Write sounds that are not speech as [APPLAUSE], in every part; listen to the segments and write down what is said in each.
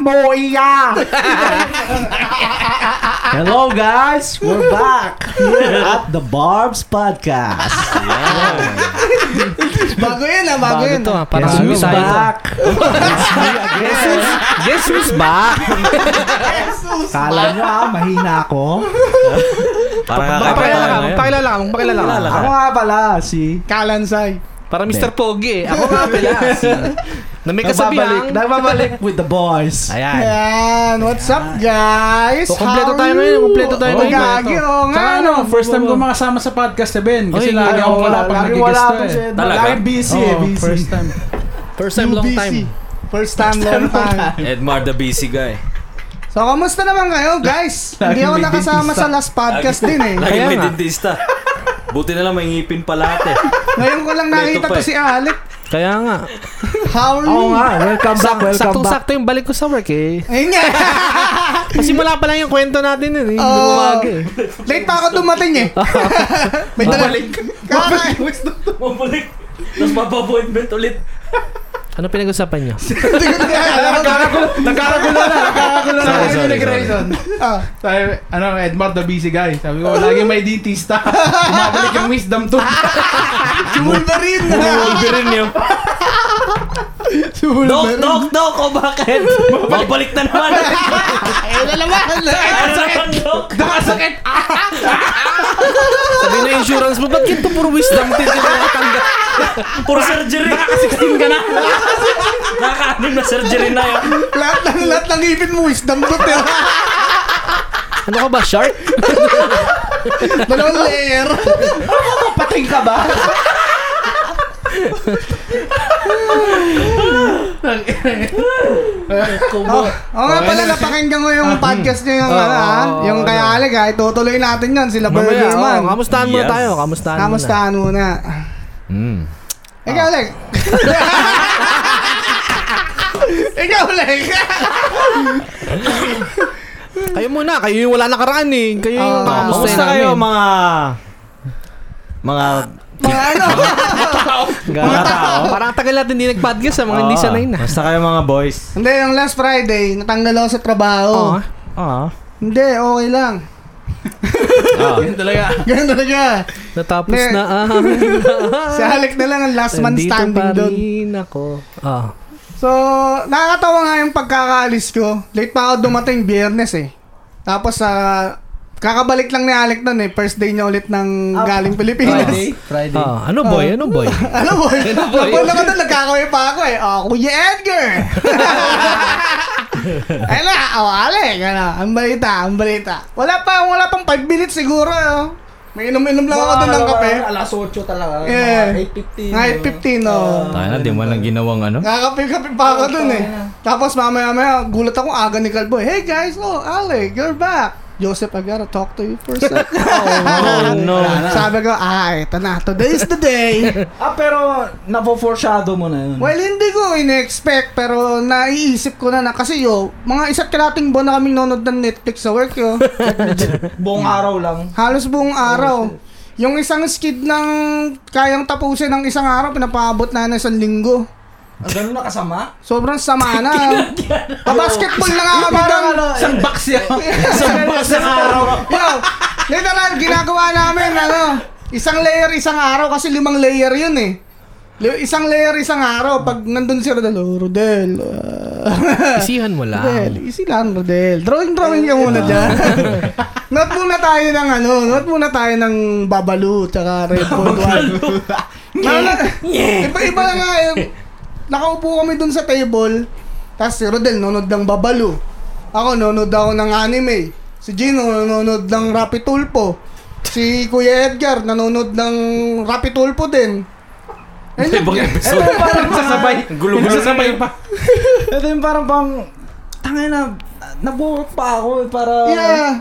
mo, iya! [LAUGHS] Hello guys! We're back here at the Barbs Podcast. Bago yun ah, bago, Bago yun. to ah. Parang Guess who's suicide to. back? Guess who's, guess who's back? Kala nyo ah, mahina ako. Parang Pakilala ka, kakatawa na yun. pakilala ka, pakilala ka. Ako nga pala, si... Kalansay. Parang Mr. Pogi eh. Ako nga pala. Na may kasabihan. Nagbabalik, nagbabalik with the boys. Ayan. Ayan, what's Ah. up guys? So, kompleto How tayo are ngayon, you? kompleto tayo Oh, ngayon. Gagi, oh, nga Tsaka no. ano, first time ko makasama sa podcast eh, Ben. Kasi Oy, lagi ako wala pag ano, lagi wala nag-guest ako to siya. eh. Talaga? Lagi busy eh, Oo, busy. first time. First time, long UBC. time. First time, long time. Edmar the busy guy. So, kamusta naman [LAUGHS] kayo guys? Lagi Hindi ako may nakasama dentista. sa last podcast din eh. Lagi Kaya may nga. dentista. Buti na lang may ngipin pa lahat eh. Ngayon ko lang Ito nakita pa to eh. si Alec. Kaya nga. How are Oo you? nga, welcome back, Sak- welcome back. Saktong-sakto yung balik ko sa work eh. Ayun [LAUGHS] nga. Kasi mula pa lang yung kwento natin yun eh. Hindi Oo. umaga eh. Late pa ako [LAUGHS] dumating eh. May Babalik. Kaka- Mabalik. Tapos mapapointment ulit. Ano pinag-usapan niyo? Hindi ko na alam. Nagkakagulo na, nagkakagulo na. Sorry, Sorry, sorry, sorry, Ah. Sabi, ano, Edmar the busy guy. Sabi ko, lagi may [LAUGHS] dentista. Bumabalik yung wisdom to. Ah, Si Wolverine na. Wolverine yun. Si Dok, Wolverine. dok, dok. O oh, bakit? Mabalik na naman. Ayun na naman. Ano naman, dok? Nakasakit! Sabi na insurance mo, ba't ganito puro wisdom din yung mga tanggap? Puro surgery. Nakaka-16 ka na. Nakaka-anim na surgery na yun. Lahat ng lahat ng ipin mo wisdom [LAUGHS] tooth. eh. Ano ka ba, shark? Dalawang layer. Pating ka ba? Oo nga pala, napakinggan ko Ah. yung podcast niyo yung ano ah. Yung kay Alec ah. Itutuloy natin yun. Sila Mamaya, Burger oh, Man. kamustahan muna Yes. tayo. Kamustahan muna. Kamustahan muna. Hmm. Ikaw, Ah. [LAUGHS] Alec. [LAUGHS] Ikaw, [LAUGHS] Alec. Kayo muna, kayo yung wala nakaraan eh. Kayo yung Oo. kamustahan Kamusta namin. kayo mga... Mga... Mga ano? Mga tao. Parang tagal natin hindi nag-podcast sa mga hindi Oo. sanay na. ah. Kamusta kayo mga boys? Hindi, yung last Friday, natanggal ako sa trabaho. Oo. Oo. Hindi, okay lang. Yun talaga. [LAUGHS] Ganun talaga. Natapos Ne- na ah. Si Alec na lang ang last man Nandito standing pa doon. rin ako. Ah. So, nakakatawa nga yung pagkakaalis ko. Late pa ako dumating biyernes eh. Tapos sa... kakabalik lang ni Alec nun eh. First day niya ulit ng galing Pilipinas. Friday? Friday. Ah, ano boy? Ano boy? [LAUGHS] Alam mo, nabol naman na nagkakaway pa ako eh. Oh, Kuya Edgar! [LAUGHS] Ayun na, oh, Alec. Ano, ang balita, ang balita. Wala pa, wala pang 5 minutes siguro. Oh. May inom-inom lang ako doon ng kape. Alas 8 talaga. Yeah. Mga Ngayon 15, oh. Ah. Tayo na, di mo lang ginawang ano. Nakakape-kape pa ako dun eh. Tapos mamaya-maya, gulat ako aga ni Calbo. Hey guys, oh, Alec, you're back. Joseph, I gotta talk to you for a second. [LAUGHS] Oh no. Sabi ko, ah, ito na. Today is the day. Ah, pero napo-foreshadow mo na yun. well, hindi ko in-expect, pero naiisip ko na na. Kasi yo, mga isa't kalating buwan na kaming nanonood ng Netflix sa work [LAUGHS] yo. Buong araw lang. Halos Oh, buong araw. Yung isang skid ng kayang tapusin ng isang araw, pinapaabot na ng isang linggo. Ah, Ganun na kasama? Sobrang [LAUGHS] sama na. Pa-basketball na nga kami doon. [LAUGHS] Isang box yan. ano, Isang bukas ng araw. Yo, literal, ginagawa namin, ano, isang layer, isang araw, kasi limang layer yun eh. Li- Isang layer, isang araw, pag nandun si Rodel, oh, Rodel, ah, Isihan mo Rodel, lang. easy lang, Rodel. Drawing, drawing ka muna dyan. Not muna tayo ng ano, not muna tayo ng Babalu, tsaka Red Bull One. Lalo- Iba-iba nga yung, nakaupo kami dun sa table, tapos si Rodel nunod ng Babalu. Ako nunod ako ng anime. Si Gino nunod ng Rapitulpo. Si Kuya Edgar nanonood ng Rapitulpo din. Ayun, Ibang episode. parang Sasabay. Gulo-gulo. Sasabay pa. Ito yung parang pang... Tangay na, nabuhok pa ako eh, para... yeah.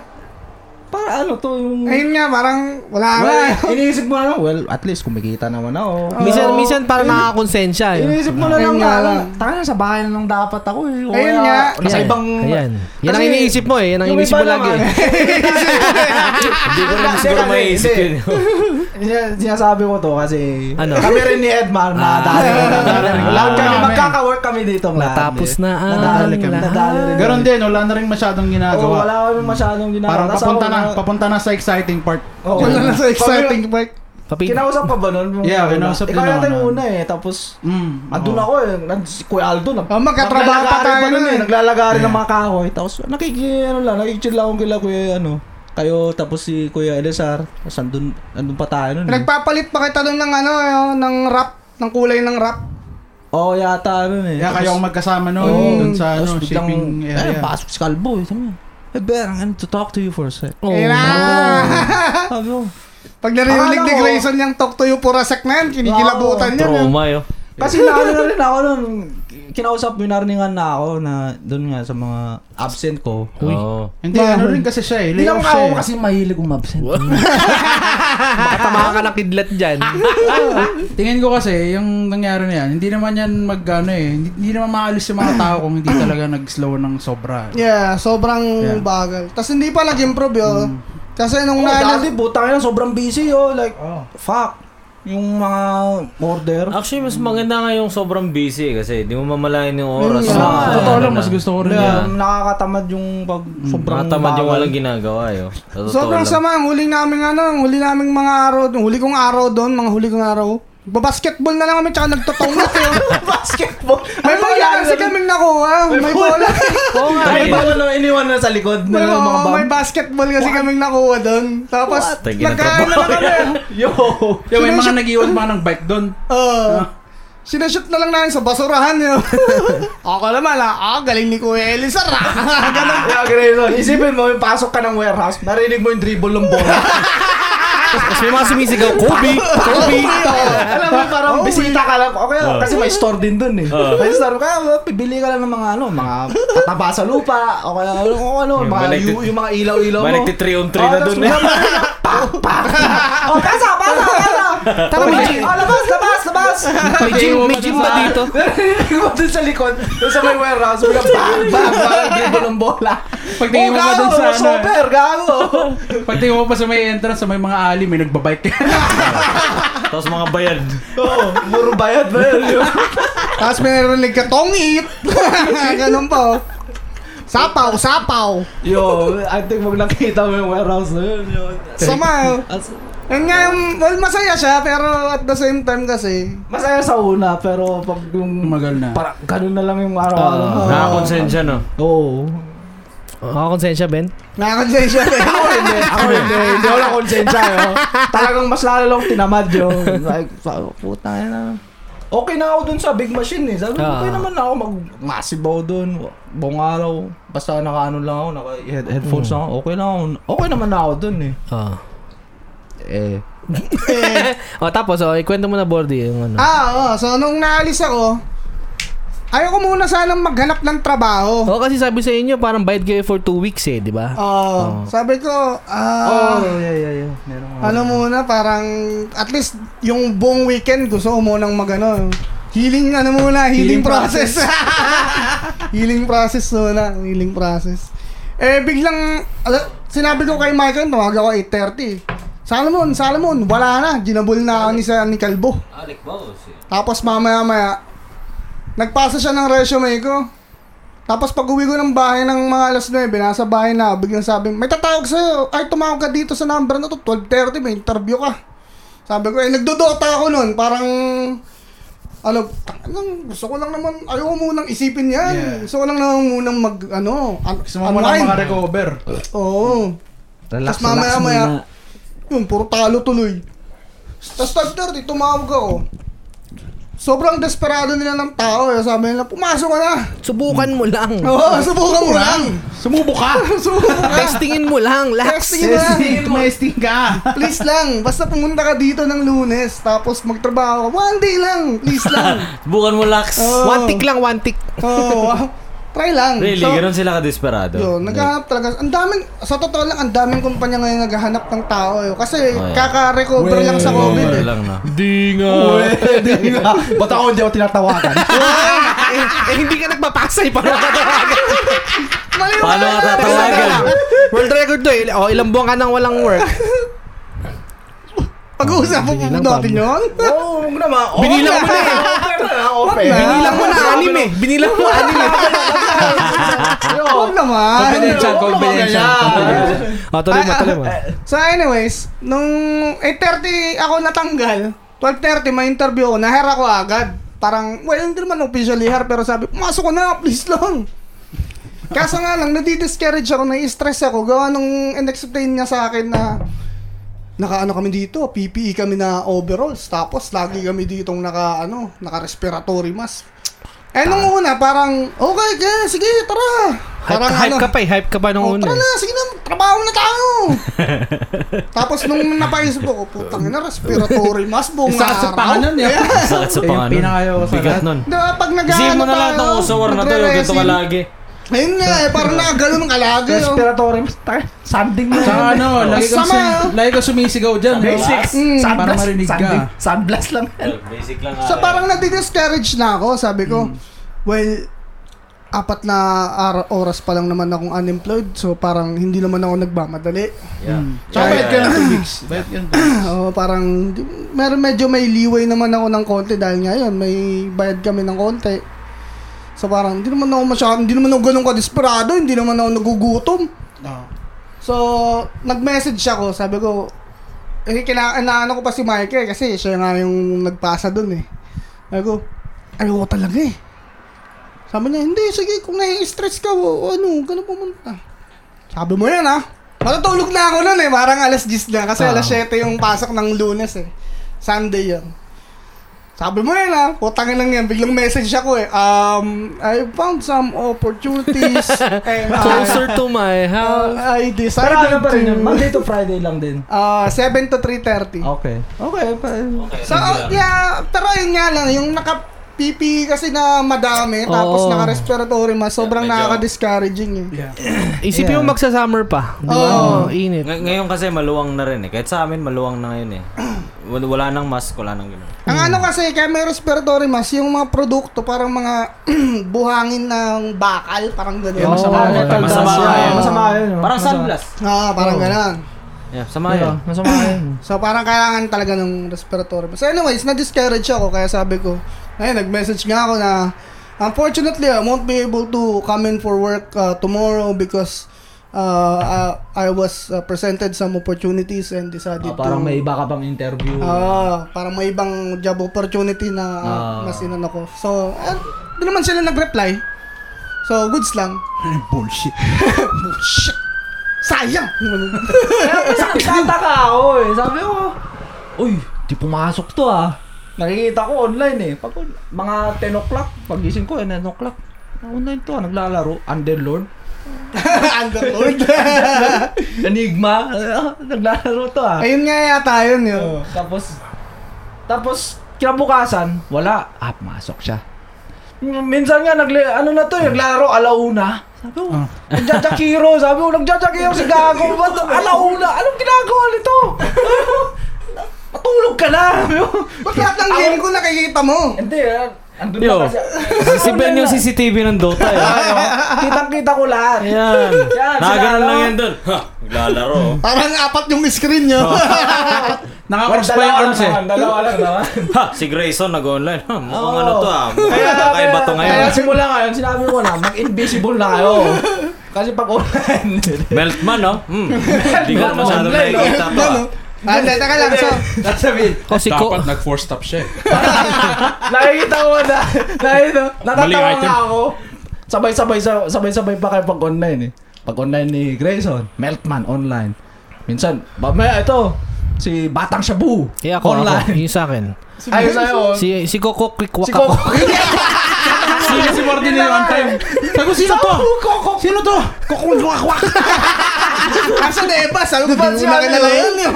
para ano to yung... Ayun nga, parang wala nga. [LAUGHS] Well, iniisip mo na lang, well, at least kumikita naman ako. Minsan, minsan para nakakonsensya. eh. Iniisip mo na lang Ayun nga nga lang. lang. Tanga sa bahay na lang dapat ako eh. O Ayun kaya, nga. Nasa Ayan. ibang... Ayan. Yan ang Kasi iniisip mo eh. Yan ang yung iniisip iba mo lagi. [LAUGHS] Ah, naman. eh. Hindi ko naman siguro Kasi- maiisip yun. Sinas- Sinasabi ko to kasi... Ano? Kami rin ni Edmar na dali. Lahat kami, magkaka-work kami dito. lahat. Natapos na ang Nadali kami. lahat. Nadali rin. Ganon din, wala na rin masyadong Oo, wala ginagawa. kami masyadong ginagawa. Parang Tapos papunta ako na, nga- papunta na sa exciting part. Oo. Wala na sa exciting part. Papi- Kinausap pa ba nun? Yeah, kinausap Ikaw din yata ako yung nun. una eh. Tapos, Mm. Andun ako eh, nag, si Kuya Aldo na. Oh, magkatrabaho pa tayo nun nun eh. eh. Naglalagari ng mga kahoy. Tapos nakiki, ano lang, nakikichill lang akong kila Kuya, ano, kayo, tapos si Kuya Elezar. Tapos andun, andun pa tayo nun eh. Nagpapalit pa kita nun ng ano, eh, ng wrap, ng kulay ng wrap. Oo, yata nun eh. oh, Kaya kayo ang magkasama noon, Oo. dun sa ano, Tapos biglang, shipping eh, area. pasok si Calvo eh. Sabi niya, Hey, Ben, I need to talk to you for a sec. Oh. Ayun na. Sabi ko, Pag narinig Akala ni ko- Grayson yung talk to you for a sec na yan, kinikilabutan yun. eh. Trauma yun. Kasi naano na rin ako nun, kinausap, minarningan na ako na doon nga sa mga absent ko. Uy. Hindi, ano rin kasi siya eh. Hindi lang Layoff siya ako eh. kasi mahilig umabsent. Baka tamaan ka ng kidlat dyan. Tingin ko kasi, yung nangyari na yan, hindi naman yan mag, ano eh, hindi, hindi naman maalis yung mga tao kung hindi [CLEARS THROAT] talaga nag-slow ng sobra. Yeah, sobrang Yeah. bagal. Tapos hindi pa nag-improve yun. Kasi nung Oh, naalas, dati puta na sobrang busy oh. Like, fuck. Yung mga order. Actually, mas maganda nga yung sobrang busy eh, kasi di mo mamalayan yung oras. Mm, Yun So, nga. Ano na, totoo ano lang, na. mas gusto ko rin Kaya, yan. Hmm, nakakatamad yung pag sobrang Nakatamad yung bagal. [LAUGHS] walang ginagawa eh, oh. yun. Sa totoo sobrang lang. sama. Ang huli namin ano, ang huli namin mga araw, yung huli kong araw doon, mga huli kong araw. Babasketball na lang kami, tsaka nagtotonglat eh. Basketball. May Ano bola kasi kaming nakuha. May bola. Oo nga. May bola na iniwan na sa likod ng May, mga oo, bag. may basketball kasi kaming nakuha doon. Tapos, What? Tagi na nagkaano na kami. Yo. Yung may mga nag-iwan pa ng bike doon. [LAUGHS] Oo. Sinashoot na lang namin sa basurahan [LAUGHS] yun. Ako naman ah, ah, galing ni Kuya Elizar ah. Ganun. Kaya Grayson, Isipin mo, yung pasok ka ng warehouse, narinig mo yung dribble ng bola. Tapos may mga sumisigaw, Kobe! Kobe! Alam mo, parang bisita ka lang. Okay lang, kasi may store din dun eh. May store. Kaya bibili ka lang ng mga ano, mga pataba sa lupa. O kaya ano, kung ano, Yung mga, balagtit- yu- yung mga ilaw-ilaw mo. Balik 3 on 3 Ah, na dun eh. O, pasa, pasa, pasa. Tara, may- o, Ah, labas, labas, labas. [LAUGHS] May gym, may gym ba [LAUGHS] dito? Narinig mo dun sa likod, dun sa may warehouse, bigla bang, bang, bang, dribble ng bola. Pag Oh, tingin mo pa gago, doon sa ano, super, gago. pag tingin mo pa sa may entrance, sa may mga alley, may nagbabike. eh. Tapos mga bayad. Oo, puro bayad ba yun? Tapos may narinig ka, tongit. [LAUGHS] Ganun pa oh. Sapaw, sapaw. Yo, I think mag nakita mo yung warehouse na yun. yo. Sama oh. As- Yun nga, yung- well, masaya siya, pero at the same time kasi, Masaya sa una, pero pag yung Tumagal na. Parang ganun na lang yung araw-araw. mo. Ah, Nakakonsensya no. Oo. Oh, Nakakonsensya, Ben? nakakonsensya [LAUGHS] siya. Ako hindi. Ako hindi. Hindi ako nakonsensya. Yo. Talagang mas lalo lang tinamad yun. Like, pa- puta na na. Okay na ako dun sa big machine eh. Sabi ko, Ah. okay naman na ako mag-massive ako dun. Buong araw. Basta nakaano lang ako, Hmm. naka-headphones lang ako. Okay na ako. Okay naman na ako dun eh. Oo. Eh. O tapos, Ah. [LAUGHS] oh, ikwento mo na, Bordy, yung ano. Ah, oo. So, nung naalis ako, ayoko muna sanang maghanap ng trabaho. Oo, kasi sabi sa inyo, parang bayad kayo for two weeks eh, di ba? Oo. Oh, Sabi ko, Oh, ah, yeah, yeah, yeah. Meron ako. ano muna, parang, at least, yung buong weekend, gusto ko munang magano. Healing, ano muna, Healing healing, process. healing process [LAUGHS] muna, healing process. Eh, biglang, ala, sinabi ko kay Michael, tumawag ako 8.30. Salmon, Salmon, wala na. Ginabol na ako ni, sa, ni Kalbo. Alec Baus eh. Tapos mamaya-maya, nagpasa siya ng resume ko. Tapos pag uwi ko ng bahay ng mga alas 9, nasa bahay na, ako, biglang sabi, may tatawag sa'yo, ay tumawag ka dito sa number na to, 12.30, may interview ka. Sabi ko, eh, nagdodota ako nun, parang, ano, tangang, gusto ko lang naman, ayoko munang isipin yan. Yeah. Gusto ko lang naman munang mag, ano, un- Gusto mo lang makarecover. Oo. Relax, Tapos mamaya-maya, yun, Hmm, puro talo tuloy. Tapos 5.30, tumawag ako. Sobrang desperado nila ng tao. Eh. Sabi nila, pumasok ka [LAUGHS] na. Subukan mo [LAUGHS] lang. Oo, subukan mo lang. Sumubo [LAUGHS] ka! Subukan ka. Testingin mo lang. Lahat. Testing mo lang. Testing, tumesting ka! Please lang, basta pumunta ka dito ng lunes, tapos [LAUGHS] magtrabaho ka. One day lang, please lang. Oh. Bukan mo lax. Oo. [LAUGHS] One tick lang, one tick. Oo. ah. Try lang. Really, So, ganun sila ka-desperado. Yun, naghahanap talaga. Ang daming, sa totoo lang, ang daming kumpanya ngayon naghahanap ng tao. Yun. Kasi Oh, yeah. kaka-recover lang sa Like, COVID. over Eh. ano lang na. Pwede nga. Ba't ako hindi ako tinatawakan? Ah! eh, eh, hindi ka nagpapasay [LAUGHS] para matatawagan. Mali yung Paano ka tatawagan? World record to eh. O, ilang buwan ka nang [LAUGHS] walang work. Pag-uusapan po natin yun. Oo, huwag naman. Binilang mo na eh. Offer na, offer. Binilang mo na [LAUGHS] anim eh. Binilang [LAUGHS] mo anim eh. Huwag naman. Confidential, confidential. O, Ah, tuloy mo, tuloy mo. Ah, So anyways, nung 8.30 ako natanggal, 12.30 may interview ako, nahire ako agad. Parang, well, hindi naman officially hire, pero sabi, pumasok ko na, please lang. Kaso nga lang, nadi-discourage ako, nai-stress ako, gawa nung in-explain niya sa akin na nakaano kami dito, PPE kami na overalls, tapos lagi kami ditong naka, ano, naka-respiratory mask. Eh, nung una, parang, okay, okay, sige, tara. Ah. Hype, Parang ka- hype ano, ka pa eh. Hype ka pa Oh, nung una. tara eh. na, sige na, trabaho na tayo. Tapos nung napaisip ako, putang ina, respiratory mask buong Isa sa panganon yun. Ah, Sakit sa Ayun, pangalan. pinakayaw ko sa Bigat lahat. nun. Diba, pag nag Isihin mo na lahat ng uso war na to. Yung ganito Diba? ka lagi. Ayun nga eh, parang nakagano'n ka lagi. oh. Respiratory. Sanding mo. Tsaka ano, lagi kang, Sama. sum- lagi kang sumisigaw dyan. no? Basics. Mm. Para Sandblast. marinig ka. Sanding. Sandblast lang. Basic lang. ah, So parang nadi-discourage na ako, sabi Hmm. ko, well, apat na ara- oras pa lang naman akong unemployed, so parang hindi naman ako nagmamadali. Tsaka ah, bayad ka ng two weeks. Bayad ka ng two weeks. [COUGHS] Oo, parang di- mer medyo may leeway naman ako ng konti dahil ngayon may bayad kami ng konti. So parang hindi naman ako masyadong, hindi naman ako ganun ka-desperado, hindi naman ako nagugutom. So, nag-message ako, sabi ko, eh, kinaano ko pa si Michael kasi siya nga yung nagpasa dun eh. Sabi ko, ayoko talaga eh. Sabi niya, hindi, sige, kung nai-stress ka, o, o ano, ganun pumunta. Sabi mo yan ah. Matutulog na ako nun eh, parang alas 10 na kasi alas 7 yung pasok ng lunes eh. Sunday yun. Sabi mo yan ah, putangin lang yan. Biglang message ako eh. Um, I found some opportunities. and, I- Closer to [LAUGHS] my house. Uh, I Pero ano decided pa rin yun? to Monday to Friday lang din. uh, 7 to 3.30. Okay. Okay. pa- So, oh, yeah, pero yun nga lang, yung naka PP kasi na madami, tapos Oo. naka-respiratory mas, sobrang nakaka-discouraging eh. Yeah. Isipin mo Oh. magsa-summer pa. Di ba? Oh, Oo. Init. Ngay- ngayon kasi maluwang na rin eh. Kahit sa amin maluwang na ngayon eh. Wal- Wala nang mask, wala nang gano'n. Ang ano kasi, kaya may respiratory mask, yung mga produkto, parang mga [CLEARS THROAT] buhangin ng bakal, parang gano'n. masama Ah, yun. metal Masama dust, yun. ah. Masama yun. oh. Parang sunglass. Ah, parang gano'n. Yeah, sama yun. Ano? Masama yun. So, parang kailangan talaga ng respiratory mask. So, anyways, na-discourage ako, kaya sabi ko, ayun, nag-message nga ako na, unfortunately, I won't be able to come in for work uh, tomorrow because uh, I, I was uh, presented some opportunities and decided Ah, Parang to... may iba ka pang interview. Ah, parang may ibang job opportunity na Ah. mas inan ako. So, eh, di naman sila nag-reply. So, goods lang. Bullshit. Bullshit. [LAUGHS] Sayang! Nagtataka Eh, ka ako eh. Sabi ko, Uy, di pumasok to ah. Nakikita ko online eh. Pag mga 10 o'clock, pagising ko, eh, 9 o'clock. Online to ah, naglalaro. Underlord. Underlord. Enigma. [LAUGHS] Ah, naglalaro to ah. [LAUGHS] Ayun nga yata yun yun. Oh, tapos, tapos, kinabukasan, wala. Ah, pumasok siya. Mm, Minsan nga, nagli, ano na to, naglaro, alauna. Sabi ko, Ah. nagjajakiro. Sabi ko, nagjajakiro si [LAUGHS] Gago. Ba't alauna? Anong ginagawa nito? Sabi ko, Matulog ka na. Sabi ko, Ba't lahat ng game ko nakikita mo? Hindi, ah, andun Yo. na kasi. Si Ben yung [LAUGHS] CCTV ng Dota eh. Kitang-kita ko lahat. Ayan. [LAUGHS] Yan, sila, Nakaganan lang no? yan doon. Ha, [LAUGHS] naglalaro. Parang apat yung screen nyo. Nakakross pa yung Dalawa arms eh. naman, Dalawa lang naman. Ha, si Grayson nag-online. Ha, mukhang Oo. ano to ah. Mukhang kakaiba to ngayon. Kaya simula ngayon, sinabi ko na, mag-invisible na kayo. Kasi pag [LAUGHS] online, Meltman no? Hmm. Hindi ko na masyado Online, no? [LAUGHS] nakikita to ah. Ah, hindi, teka lang. [LAUGHS] So, sasabihin, Kasi ko, Dapat nag-four stop siya eh. nakikita ko na, nakikita, Maling natatawa item. nga ako. Sabay-sabay, sa- sabay-sabay pa kayo pag online eh. Pag online ni Grayson, Meltman online. Minsan, mamaya ito, si Batang Shabu. eh ako, ako. online. Yung sa akin. Ayos na [LAUGHS] yun. Si, si Coco Quick Wak Si ako. Coco. Sino si Martin na one time? Sabi ko, sino to? Sino to? asa na iba, ah, sabi ko, Ba't di mo siya na kilala ano? yun yun.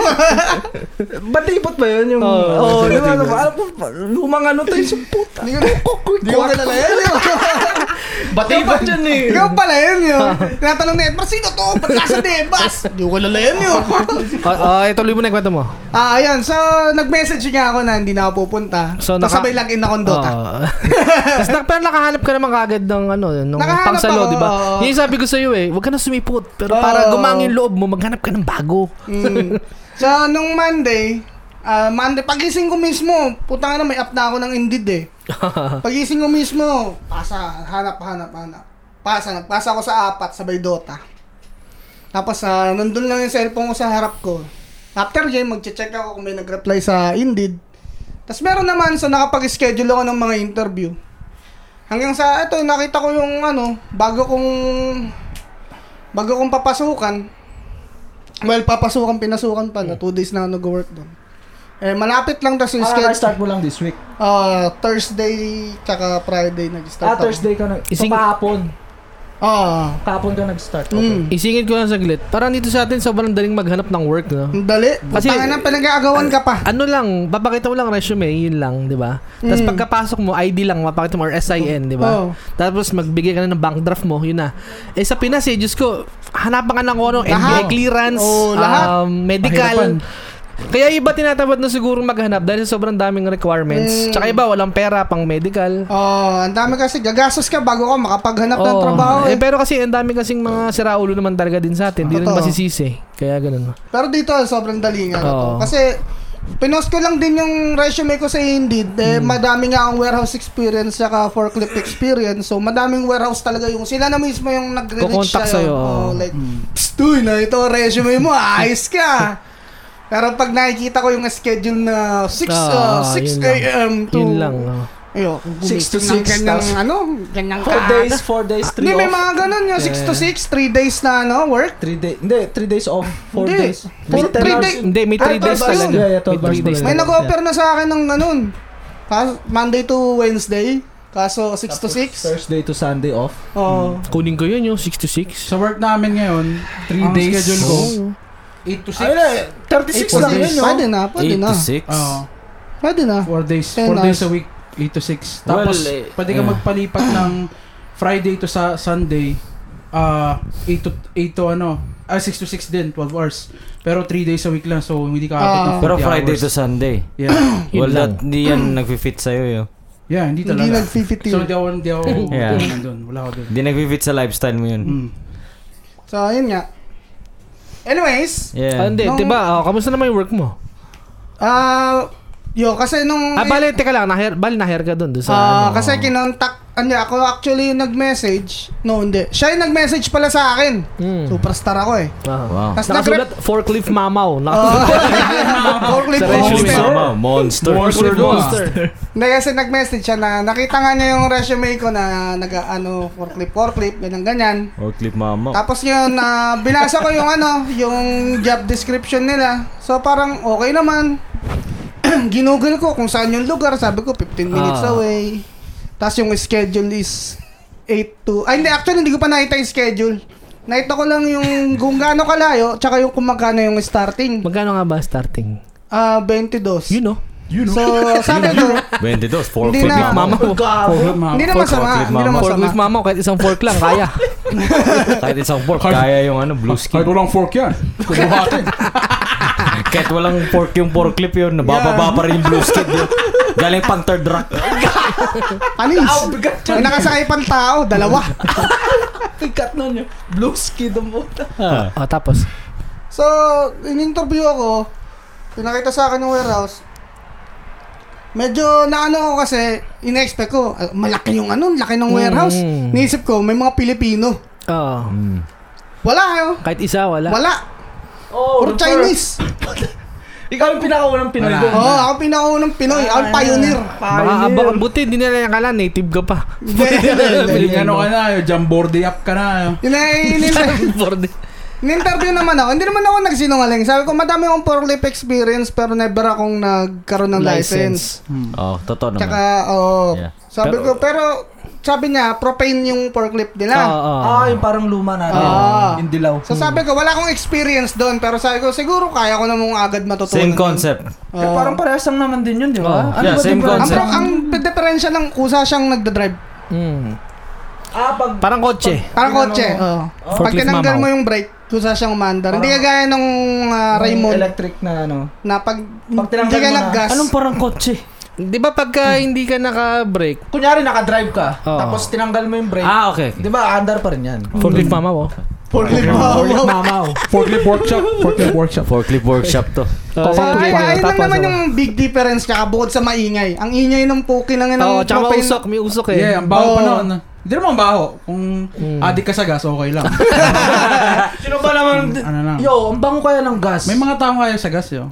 Batipot ba yun? Yung, oh, di ba? Ano, ba? lumang ano to yung puta. [LAUGHS] Hindi ko na kilala yun yun. Bati ba dyan eh? Ikaw pala yun [LAUGHS] yun. Tinatanong ni Edmar, sino to? Ba't nasa Debas? Hindi ko kilala yun yun. Ah, ituloy mo na yung kwento mo. [LAUGHS] ah, ayan. So, nag-message niya ako na hindi na ako pupunta. So, So, naka- Tapos sabay login na akong Dota. Ah. [LAUGHS] Tapos nak, pero nakahanap ka naman kagad ng ano, nung Nakahanap pangsalo, ako, di ba? oo. Yun yung sabi ko sa'yo eh, huwag ka na sumipot. Pero para Oo. gumangin loob mo, maghanap ka ng bago. Mm. So, nung Monday, ah, Monday, pagising ko mismo, puta nga na, may app na ako ng Indeed eh. pagising ko mismo, pasa, hanap, hanap, hanap. Pasa, nagpasa ako sa apat, sabay Dota. Tapos, ah, nandun lang yung cellphone ko sa harap ko. After yun, magche-check ako kung may nag-reply sa Indeed. Tapos meron naman, so nakapag-schedule ako ng mga interview. Hanggang sa, eto, nakita ko yung ano, bago kong, bago kong papasukan, Well, papasukan, pinasukan pala. Two days na ako nag-work doon. Eh, malapit lang tas yung Parang schedule. start mo lang this week. Ah, Thursday tsaka Friday nag-start Ah, ako. Thursday ka na. Ising- Ising... Kapon. Ah. Kapon ka nag-start. Okay. Hmm. Mm. Isingit ko lang saglit. Parang dito sa atin, sobrang daling maghanap ng work, no? Ang Dali. Kasi- Kasi, na, pinag-aagawan ka pa. ano lang, papakita mo lang resume, yun lang, di ba? Tapos Mm. pagkapasok mo, ID lang, mapakita mo, or SIN, di Oo. ba? Tapos magbigay ka na ng bank draft mo, yun na. Eh sa Pinas eh, Diyos ko, hanapan ka na kung ano, NBI Lahat. clearance, Oo, lahat. um, medical. Kaya iba tinatamad na siguro maghanap dahil sa sobrang daming requirements. Mm. Tsaka iba, walang pera pang medical. Oh, ang dami kasi. Gagastos ka bago ka makapaghanap ng Oo. trabaho. eh, Eh. pero kasi ang dami kasing mga siraulo naman talaga din sa atin. Hindi rin Totoo. masisisi. Kaya ganun. Pero dito, sobrang dali nga. na to. Oo. Kasi, pinost ko lang din yung resume ko sa Indeed. Eh, Hmm. madami nga ang warehouse experience saka forklift experience. So, madaming warehouse talaga yung sila na mismo yung nag-reach Kukontak sa'yo, oo. Hmm. Oh, like, psst, uy, na ito resume mo, ayos ka. [LAUGHS] Pero pag nakikita ko yung schedule na 6 uh, Ah, 6 yun lang. a.m. to Yun lang. oh. Ayo, 6 to 6, ganyang tas- ano, ganyang Four ka. days, four days, three Hindi, may off. mga ganun yung 6 to 6, 3 days na ano, work. Three days. Hindi, three days off. Four Hindi. days. Four- May ten three hours. days. Hindi, may 3 Ah, days twelve hours talaga. yun. Yeah, yeah, twelve May three hours days pala May yun. talaga. nag-offer na sa akin ng ganun. Pas- Monday to Wednesday. Kaso 6 to 6. Thursday to Sunday off. Oo. Kunin ko yun yung 6 to 6. Sa work namin ngayon, 3 ang days. schedule ko, Oh. Hmm. 8 to 6. Ayun na, 36 lang yun, no? Pwede na, pwede 8 na. to 6? Oo. Pwede na. 4 days. Ten 4 days hours. a week. 8 to 6. Well, Tapos, eh, pwede ka yeah. [CLEARS THROAT] magpalipat ng Friday to sa Sunday. ah 8 to, 8 to ano, ah, 6 to 6 din, 12 hours. Pero 3 days a week lang, so hindi ka abot Ah. ng 40 Pero Friday to hours. Sunday. [COUGHS] Yeah, Yun Well, lang. that, hindi yan nagfi-fit sa'yo yun. yeah hindi Hindi talaga. nag-50. so, hindi ako, hindi ako, Yeah. hindi ako nandun. Wala ako dun. Hindi nagfi-fit sa lifestyle mo yun. Mm. So, ayun nga. Anyways, Ah, Yeah. hindi, Nung- diba? Oh, kamusta naman yung work mo? ah, yo, kasi nung... Ah, bale, teka lang, na-hire, bale, na-hire ka doon. Doon sa, Ah, ano. kasi kinontak, ano, ako actually yung nag-message. No, hindi. Siya yung nag-message pala sa akin. Mm. Superstar ako eh. Ah. Wow. Tapos Nakasulat, nag-rep... forklift Oh, mamaw. Nakasulat, [LAUGHS] forklift Sa Monster. resume. monster. Mama, monster. Ah. Monster. monster. Hindi kasi nag-message siya na nakita nga niya yung resume ko na nag ano forklift forklift ganyan ganyan. Forklift oh, mama. Tapos yun na binasa ko yung ano, yung job description nila. So parang okay naman. [CLEARS THROAT] Ginugol ko kung saan yung lugar, sabi ko 15 minutes Ah. away. Tapos yung schedule is 8 to Ay hindi actually hindi ko pa nakita yung schedule. Nakita ko lang yung kung gaano kalayo, tsaka yung kung magkano yung starting. Magkano nga ba starting? Ah, 22. You know. So, sabi [LAUGHS] ko, Hindi 22, forklift na. mama. Mamaw. Forklift mama. hindi na masama, Ah, forklift, hindi na mama. masama. Forklift mamaw, kahit isang fork lang, kaya. Kahit isang fork, kaya yung ano, blue skin. Kahit walang fork yan. Buhatin. Kahit walang fork yung forklift yun, nabababa pa rin yung blue skin yun. Galing pang third rack. Anis. May nakasakay pang tao, dalawa. Pikat nun yun. Blue skin ang puta. Ah, tapos. So, in-interview ako, pinakita sa akin yung warehouse. Medyo naano ko kasi, in-expect ko, ah, malaki yung ano, laki ng warehouse. Mm. Niisip ko, may mga Pilipino. Oh. Wala kayo. Kahit isa, wala. Wala. Oh, Or Chinese. Ikaw yung pinakaunang Pinoy Oo, doon. [LAUGHS] oh, ako pinakaunang Pinoy. Ako [LAUGHS] pioneer. Baka, baka buti, hindi nila yung kala, native ka pa. Yung ano ka na, yung jamboree up ka na. Ina- Borde. In-interview naman ako. Hindi naman ako nagsinungaling. Sabi ko, madami akong forklift experience pero never akong nagkaroon ng license. Oh, totoo naman. Tsaka, oo. Yeah. Sabi Pero- ko, pero sabi niya, propane yung forklift Oo, nila. oo. Ah, yung parang luma natin. Ah. Yung dilaw. So sabi ko, wala akong experience doon pero sabi ko, siguro kaya ko namang agad matutunan. yun. Same concept. Eh, Oo. parang parehas lang naman din yun, di ba? Oh, Ano yeah, ba difference? same ang, concept. pro- ang diferensya lang, kusa siyang nagdadrive. Mm. Ah, pag... Parang kotse. Parang kotse. oo. Pag Forklift tinanggal mamaw. mo yung brake, kung saan siya umandar. Hindi ano, oh. Parang- kagaya nung ah, Raymond Electric na ano. na pag, tinanggal hindi ka mo na- nag-gas. Anong parang kotse? Di ba pagka hindi ka naka-break? Kunyari, nakadrive ka. Oo. Tapos tinanggal mo yung brake. Ah, okay. Di ba, under pa rin yan. Forklift Mm. mama mo. Forklift mamaw. Forklift workshop. Forklift workshop. Forklift workshop to. Oh, Ay, ay, ay, lang naman ano. yung big difference tsaka bukod sa maingay. Ang ingay ng puki ng ng Oo, tsaka propane- usok. May usok eh. [LAUGHS] Yeah, ang baho pa Oo. noon. Hindi naman baho. Kung adik ka sa gas, okay lang. Sino ba naman? ano lang. Yo, ang bango kaya ng gas. May mga taong kaya sa gas yun.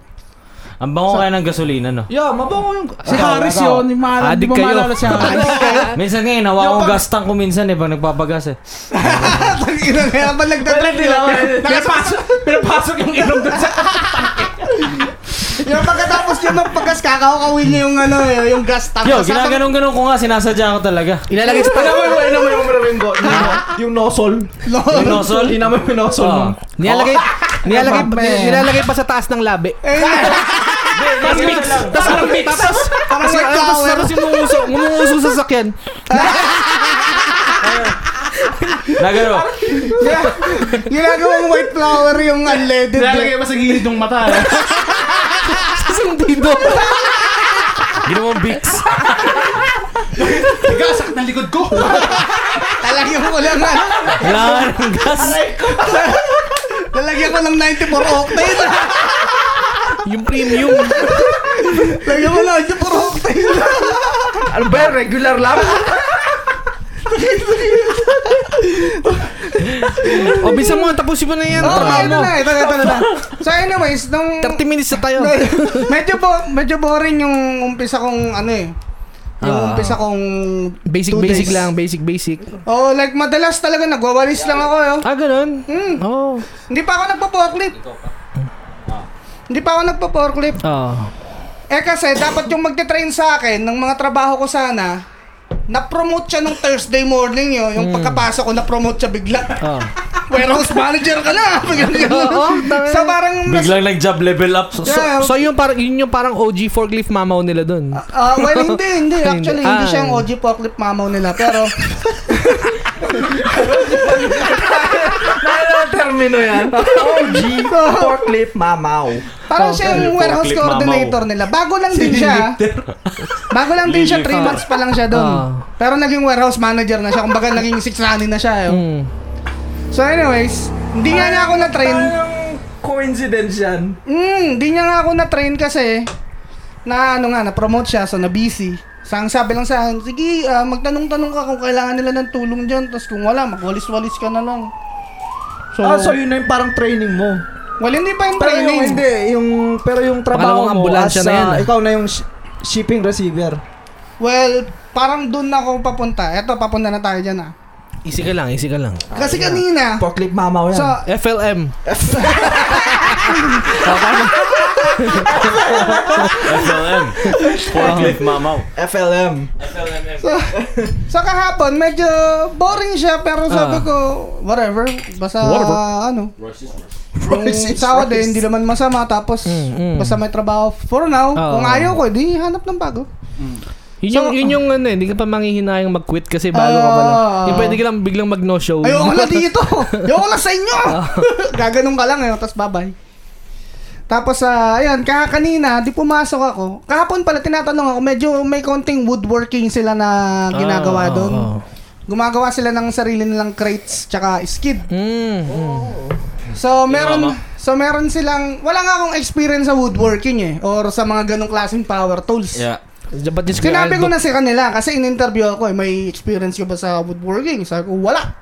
Ang bango kaya ng gasolina, no? Yeah, mabango yung... Si Harris yun, yung maalala, di Adik ba kayo. maalala [LAUGHS] si Harris? [LAUGHS] Minsan ngayon, hawa akong gas tank ko minsan eh, pag nagpapagas eh. Tangina, kaya pa nagtatrip nila. Nakapasok. Pinapasok yung ilong doon sa... Yung pagkatapos niya magpagas, kakawakawin niya yung ano, eh, yung gas tank. Yo, Sasam- ginaganong-ganong ko nga, sinasadya ko talaga. Ilalagay sa Inamoy mo, inamoy mo, inamoy mo. Yung nosol. Ah. Lord. Pinosol? Ah. Inamoy mo yung nosol. Oo. mo. Nilalagay, nilalagay, nilalagay pa sa taas ng labi. Eh, Tapos mix! Tapos walang mix! Tapos, Parang kasi may tapos, tower. tapos yung umuuso, umuuso sa sasakyan. Nagano. Ginagawang white flower yung ah, unleaded. Nilalagay pa sa gilid ng mata. no? Sundido. Ginawang mix. Tigasak ng likod ko. Lalagyan ko lang ah. Kailangan ng gas. Lalagyan ko ng 94 octane. Yung premium. Lalagyan ko ng 94 octane. Ano ba yan? Regular lang? O, bisa mo, tapusin mo na yan. Oo, trabaho ayun mo. na, ito na, ito na. So anyways, nung... 30 minutes na tayo. medyo bo medyo boring yung umpisa kong ano eh. Yung Ah. umpisa kong Basic, two basic days. lang. Basic, basic. Oh, like madalas talaga nagwawalis lang ako yo. Ah, ganun? Mm. Oo. Hindi pa ako nagpo-forklift. Ah. Hindi pa ako nagpo-forklift. Oo. Eh kasi dapat yung magte-train sa akin ng mga trabaho ko sana, na-promote siya nung Thursday morning yo, yung pagkapasok ko na-promote siya bigla. [LAUGHS] Oo. Warehouse manager ka na. Biglang Oo, ganun. tama. so parang Biglang nag-job level up. So, So, yeah, So, yung parang, yun yung parang OG forklift mamaw nila dun. Ah, well, hindi, hindi. Actually, hindi Ah. siya yung OG forklift mamaw nila. Pero, Ano ang termino yan? OG, forklift, mamaw. parang siya yung warehouse forklift coordinator nila. Bago lang din siya. Bago lang din siya. 3 Lilita. months pa lang siya doon. Ah. Pero naging warehouse manager na siya. Kumbaga, naging 6 na siya. eh. Mm. So, anyways, hindi nga niya ako na-train. Parang coincidence yan. Mm, hindi niya nga ako na-train kasi na ano nga, na-promote siya. So, na-busy. So, ang sabi lang sa akin, sige, ah, magtanong-tanong ka kung kailangan nila ng tulong dyan. Tapos kung wala, magwalis-walis ka na lang. So, ah, so yun na yung parang training mo. well, hindi pa yung Pero training. yung, hindi, yung, pero yung trabaho Pangalawang mo ambulansya as, na yan, ah, ah. ikaw na yung sh- shipping receiver. Well, parang doon na ako papunta. Eto, papunta na tayo dyan ah. Easy ka lang, easy ka lang. Kasi kanina, Forklift mamaw yan. so, FLM. FLM. Uh-huh. Forklift mamaw. FLM. so, so kahapon, medyo boring siya, pero sabi Ah. ko, whatever. Basta, ano. Yung sahod eh, hindi naman masama. Tapos, Mm, Ah, mm. basta may trabaho for now. Oo. Kung ayaw ko, di hanap ng bago. Yun So- yung, yun yung ano, eh, hindi ka pa manghihinayang mag-quit kasi bago ka pa lang. Ah. Yung pwede ka lang biglang mag-no-show. Ayoko na dito! [LAUGHS] Ayoko na sa inyo! Ah. [LAUGHS] Gaganong ka lang ngayon, tapos bye-bye. Tapos, ah, ayun, kaya kanina, di pumasok ako. Kahapon pala, tinatanong ako, medyo may konting woodworking sila na ginagawa Ah, doon. oo, Gumagawa sila ng sarili nilang crates tsaka skid. Mm, mm. So meron so meron silang wala nga akong experience sa woodworking eh or sa mga ganong klaseng power tools. Yeah. Dapat yung Sinabi ko na sa kanila kasi in-interview ako eh, may experience ka ba sa woodworking? Sabi ko, wala.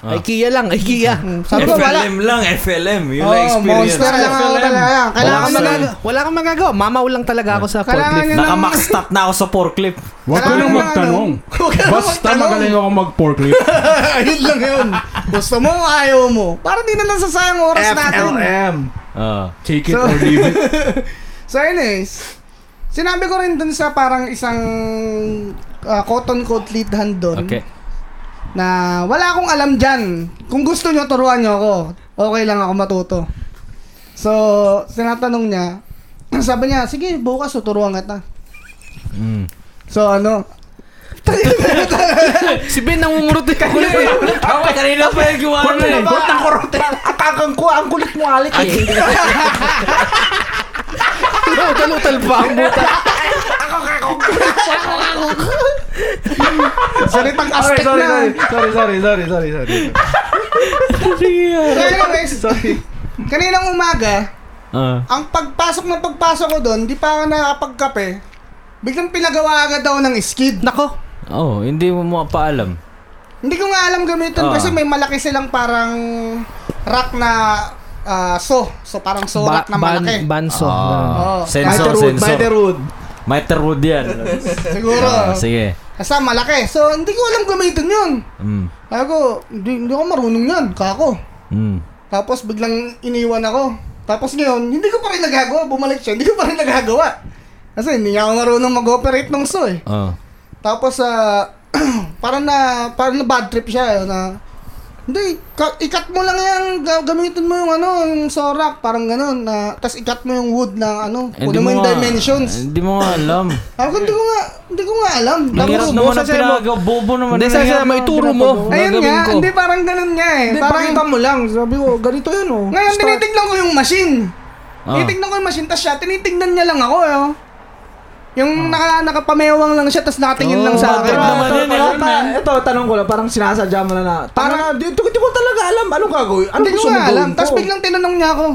Ah. IKEA lang, [LAUGHS] IKEA. Mm, Sabi ko, wala. FLM lang, FLM. Yun Oo, ang experience. monster lang ako talaga. Wala Kailangan kang mag- magagawa. Wala kang magagawa. Mamaw lang talaga ako sa Kailangan forklift. niya- Naka-max stop na ako sa forklift. Huwag ka Ah, nang [LAUGHS] magtanong. Huwag ka nang Basta magtanong. magaling ako mag-forklift. Ayun lang [LAUGHS] yun. Gusto mo, ayaw mo. Para di na nasasayang oras natin. Ah. Take it So- or leave it. So anyways, sinabi ko rin dun sa parang isang ah, cotton coat lead hand dun Okay. na wala akong alam dyan. Kung gusto nyo, turuan nyo ako. Okay lang ako matuto. So, sinatanong niya, [CLEARS THROAT] sabi niya, sige, bukas tuturuan kita. Mm. So ano, Si Ben nangungurot [LAUGHS] eh. Kulit eh. Ako kanina pa yung gawa na eh. Kurot ng kurot [LAUGHS] eh. Atakan ko, ang kulit mo alik eh. Utal-utal pa ang buta. Salitang Sorry, Aztec sorry, na. sorry. Sorry, sorry, sorry, sorry, sorry. Kaya [LAUGHS] guys, kaninang umaga, Ah. ang pagpasok na pagpasok ko doon, di pa ako nakakapagkape. Biglang pinagawa agad daw ng skid. Nako. Oh, hindi mo mapaalam. Hindi ko nga alam gamitin Ah. kasi may malaki silang parang rack na ah, so. So parang so rack na ban- malaki. Oo. Banso. Ah, sensor, Miterwood, sensor. Miterwood. Miterwood yan. Siguro. Ah, sige. Basta malaki. So hindi ko alam gamitin yun. Mm. Sabi ko, hindi, hindi ako marunong yan. Kako. Mm. Tapos biglang iniwan ako. Tapos ngayon, hindi ko pa rin nagagawa. Bumalik siya, hindi ko pa rin nagagawa. Kasi hindi nga ako marunong mag-operate ng so eh. Oh. Tapos ah, [CLEARS THROAT] parang na parang na bad trip siya eh, na hindi, ka- ikat mo lang yan, ga- gamitin mo yung ano, yung sorak, parang ganun, na, tas ikat mo yung wood na ano, Eh, kunin di mo yung nga- eh, dimensions. Hindi mo nga alam. Ako hindi ko nga, hindi ko nga alam. Ang hirap Tapos, naman bosa ang sa'yo mo. pinagawa. Bobo naman. Hindi, ang sa'yo hirap mo, naman ituro mo. Ano pinapagawa. ayun gagawin nga, ko. hindi parang ganun nga eh. parang, Pakita mo lang. Sabi ko, ganito yun oh. ngayon, Start. tinitignan ko yung machine. Ah. Tinitignan ko yung machine, tas siya, tinitignan niya lang ako, eh. oh. Yung naka, nakapamewang lang siya, tas nakatingin lang sa akin. Pero Pero naman ito, yun, ito, yun, man. ito, tanong ko lang, parang sinasadya mo na na. Parang, hindi ko, di ko talaga alam anong gagawin. Anong Hindi Ano ko gusto mong nga alam. gawin Tapos ko? biglang tinanong niya ako,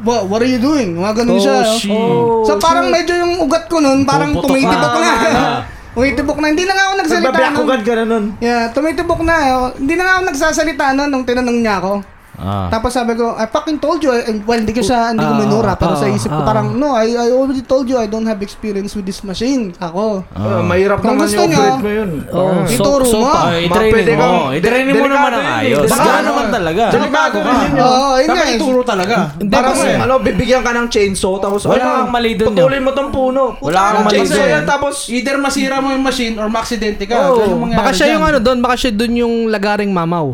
What, what are you doing? Mga ganun siya. oh. Oh, so parang medyo yung ugat ko nun, parang Puputok tumitibok na. na. Ah. [LAUGHS] tumitibok na. Hindi na nga ako nagsalita nun. Nagbablackout ka na nun. Yeah, tumitibok na. eh, oh. Hindi na nga ako nagsasalita nun nung tinanong niya ako. Ah. Tapos sabi ko, I fucking told you. And, well, hindi ko siya, hindi ko Ah, minura. Pero ah, sa isip ko, ah. parang, no, I, I already told you I don't have experience with this machine. Ako. Ah. mahirap Kung naman gusto Oh. yung niyo- operate mo yun. Oo. Oh. Ah. Oh, So- Ituro mo. Ah, i-training Pwede kang- mo. I-training mo Delikado naman yun ang eh. ayos. Delikado. Ganun naman talaga. Delikado ka. Oo, oh, yun nga. eh. Ituro talaga. Hindi, Parang, kasi- ano, bibigyan ka ng chainsaw, tapos, Wala ayun, kang mali dun, Putulin mo tong puno. Wala kang mali Chainsaw dun. yan, tapos, Either masira mo yung machine or maaksidente ka. Oo. Ganun yung mangyari Baka siya dyan. yung ano doon, baka siya doon yung lagaring mamaw.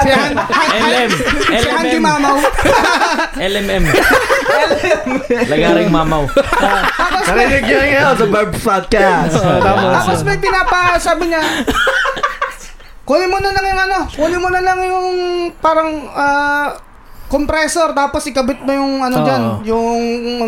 Si Han- LM. si Hanji LMM. Ah, Mamaw. LMM. Lagaring mamaw. narinig nyo ngayon sa Barb [LAUGHS] Podcast. Tapos may pinapasabi niya, kunin mo na lang yung ano, kunin mo na lang yung parang ah, compressor, tapos ikabit mo yung Ah. ano dyan, yung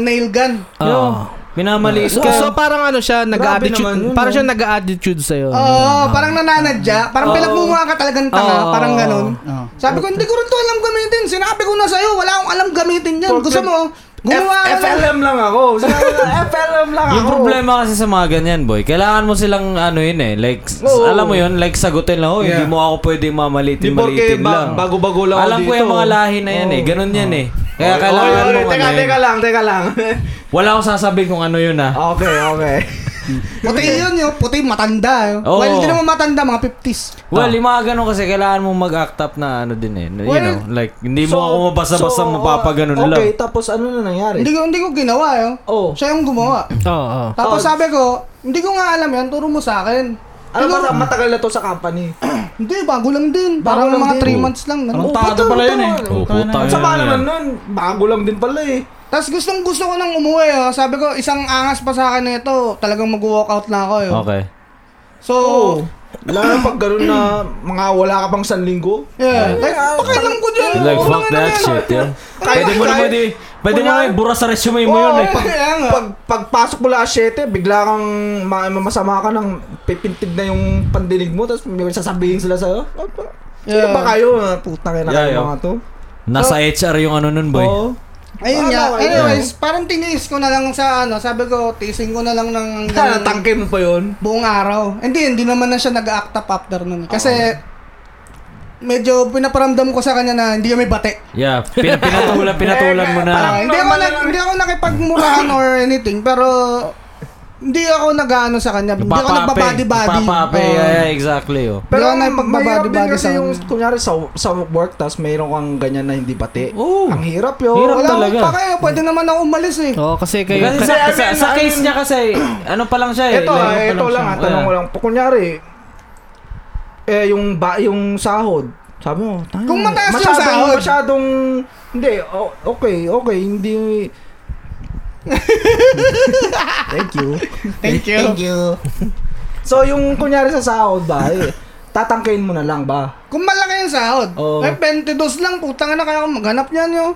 nail gun. Oo. Minamaliit So, ka. so parang ano siya, naman nag-attitude. yun, Parang no? siya nag-attitude sa'yo. Oo, parang Ah. nananadya, parang pinagmumuha ka talagang tanga, Oo. parang ganun. Oo. Sabi ko, hindi ko rin to alam gamitin, sinabi ko na sa'yo, wala akong alam gamitin yan. Gusto mo, gumawa F- ka lang. FLM lang ako. [LAUGHS] Sabi ko, FLM lang ako. Yung problema kasi sa mga ganyan, boy, kailangan mo silang ano yun eh, like, s- Oo. alam mo yun, like sagutin lang, oh, hindi mo ako pwede Di mamalitin, porke malitin lang. ba- bago-bago lang ako alam ko dito. yung mga lahi na yan eh, ganun yan eh. Kaya Okay, kailangan okay, mo Teka, ano teka yun. lang, teka lang. [LAUGHS] Wala akong sasabihin kung ano yun ah. okay, okay. Puti yun yun, puti matanda. yun. Oo. Well, hindi naman matanda, mga 50s. Well, yung mga ganun kasi kailangan mong mag-act up na ano din eh. You Well, know, like, hindi mo So, ako mabasa-basa so, mapapaganon okay, lang. Okay, tapos ano na nangyari? Hindi ko, hindi ko ginawa yun. Oh. Siya yung gumawa. Oo, oo. Tapos Oh. sabi ko, hindi ko nga alam yan, turo mo sa akin. Ano Tinuro- ba, matagal na to sa company. Hindi, bago lang din. Bago Parang lang mga din. 3 months lang. Ang Ano? puto, tado pala yun eh. puto. Oh, puta At yun. saka naman yan. nun, bago lang din pala eh. Tapos gustong gusto ko nang umuwi. Oh. Sabi ko, isang angas pa sa akin na ito. Talagang mag-walk out na ako. eh. Okay. So, Oo. Lalo na pag ganun na mga wala ka pang sanlinggo. yeah. Like, pakailan ko dyan. Like, Oo, fuck lang that yan. shit, yeah. Kahit- Pwede mo kahit- naman di, pwede mo kunwari- naman ibura sa resume mo Oo, yun eh. kaya nga. Pag pagpasok mo alas 7, bigla kang ma- masama ka ng pipintig na yung pandinig mo tapos may sasabihin sila sa'yo. "Ah, pa- Sino Yeah. ba kayo? Ah, Putang ina Yeah, kayo yeah. mga to. Nasa HR yung ano nun, boy. Oo. Ayun nga. Tama, ayun. Anyways, parang tiniis ko na lang sa ano. Sabi ko, tiising ko na lang ng [LAUGHS] Kaya natangke mo pa yun. buong araw. Hindi, hindi naman na siya nag-act up after nun. eh. Kasi, medyo pinaparamdam ko sa kanya na hindi kami bate. Yeah, pin- pinatulan, pinatulan mo na. Ah, hindi ako normal nag, lang. hindi ako nakipagmurahan or anything, pero hindi ako nag-ano sa kanya. Hindi ako nagbabody body. Nagpapape, yeah, exactly, oh. Pero Hindi ako ang mahirap din nagpagbabody-body kasi sa- yung kunyari sa, sa work tas mayroon kang ganyan na hindi pati. Oo. Ang hirap yun. Oh. Hirap Wala akong talaga. pakaya, pwede naman ako umalis eh. Oo, kasi kayo... Kasi ano Kasi, I mean, I sa, sa, sa mean- case niya kasi, ano pa lang siya eh. Ito, like, ah, ano pa ito lang lang, siya. ah, tanong ko Yeah. lang. Kunyari, eh, yung, ba, yung sahod, sabi mo, tayo, Kung mataas yung masyadong- sahod. Masyadong, hindi, o- okay, okay, [LAUGHS] hindi, Thank you. So yung kunyari sa sahod ba, eh, tatangkain mo na lang ba? Kung malaki yung sahod, Oo. eh, 22 lang, putang ina, kaya kung maghanap niyan yun.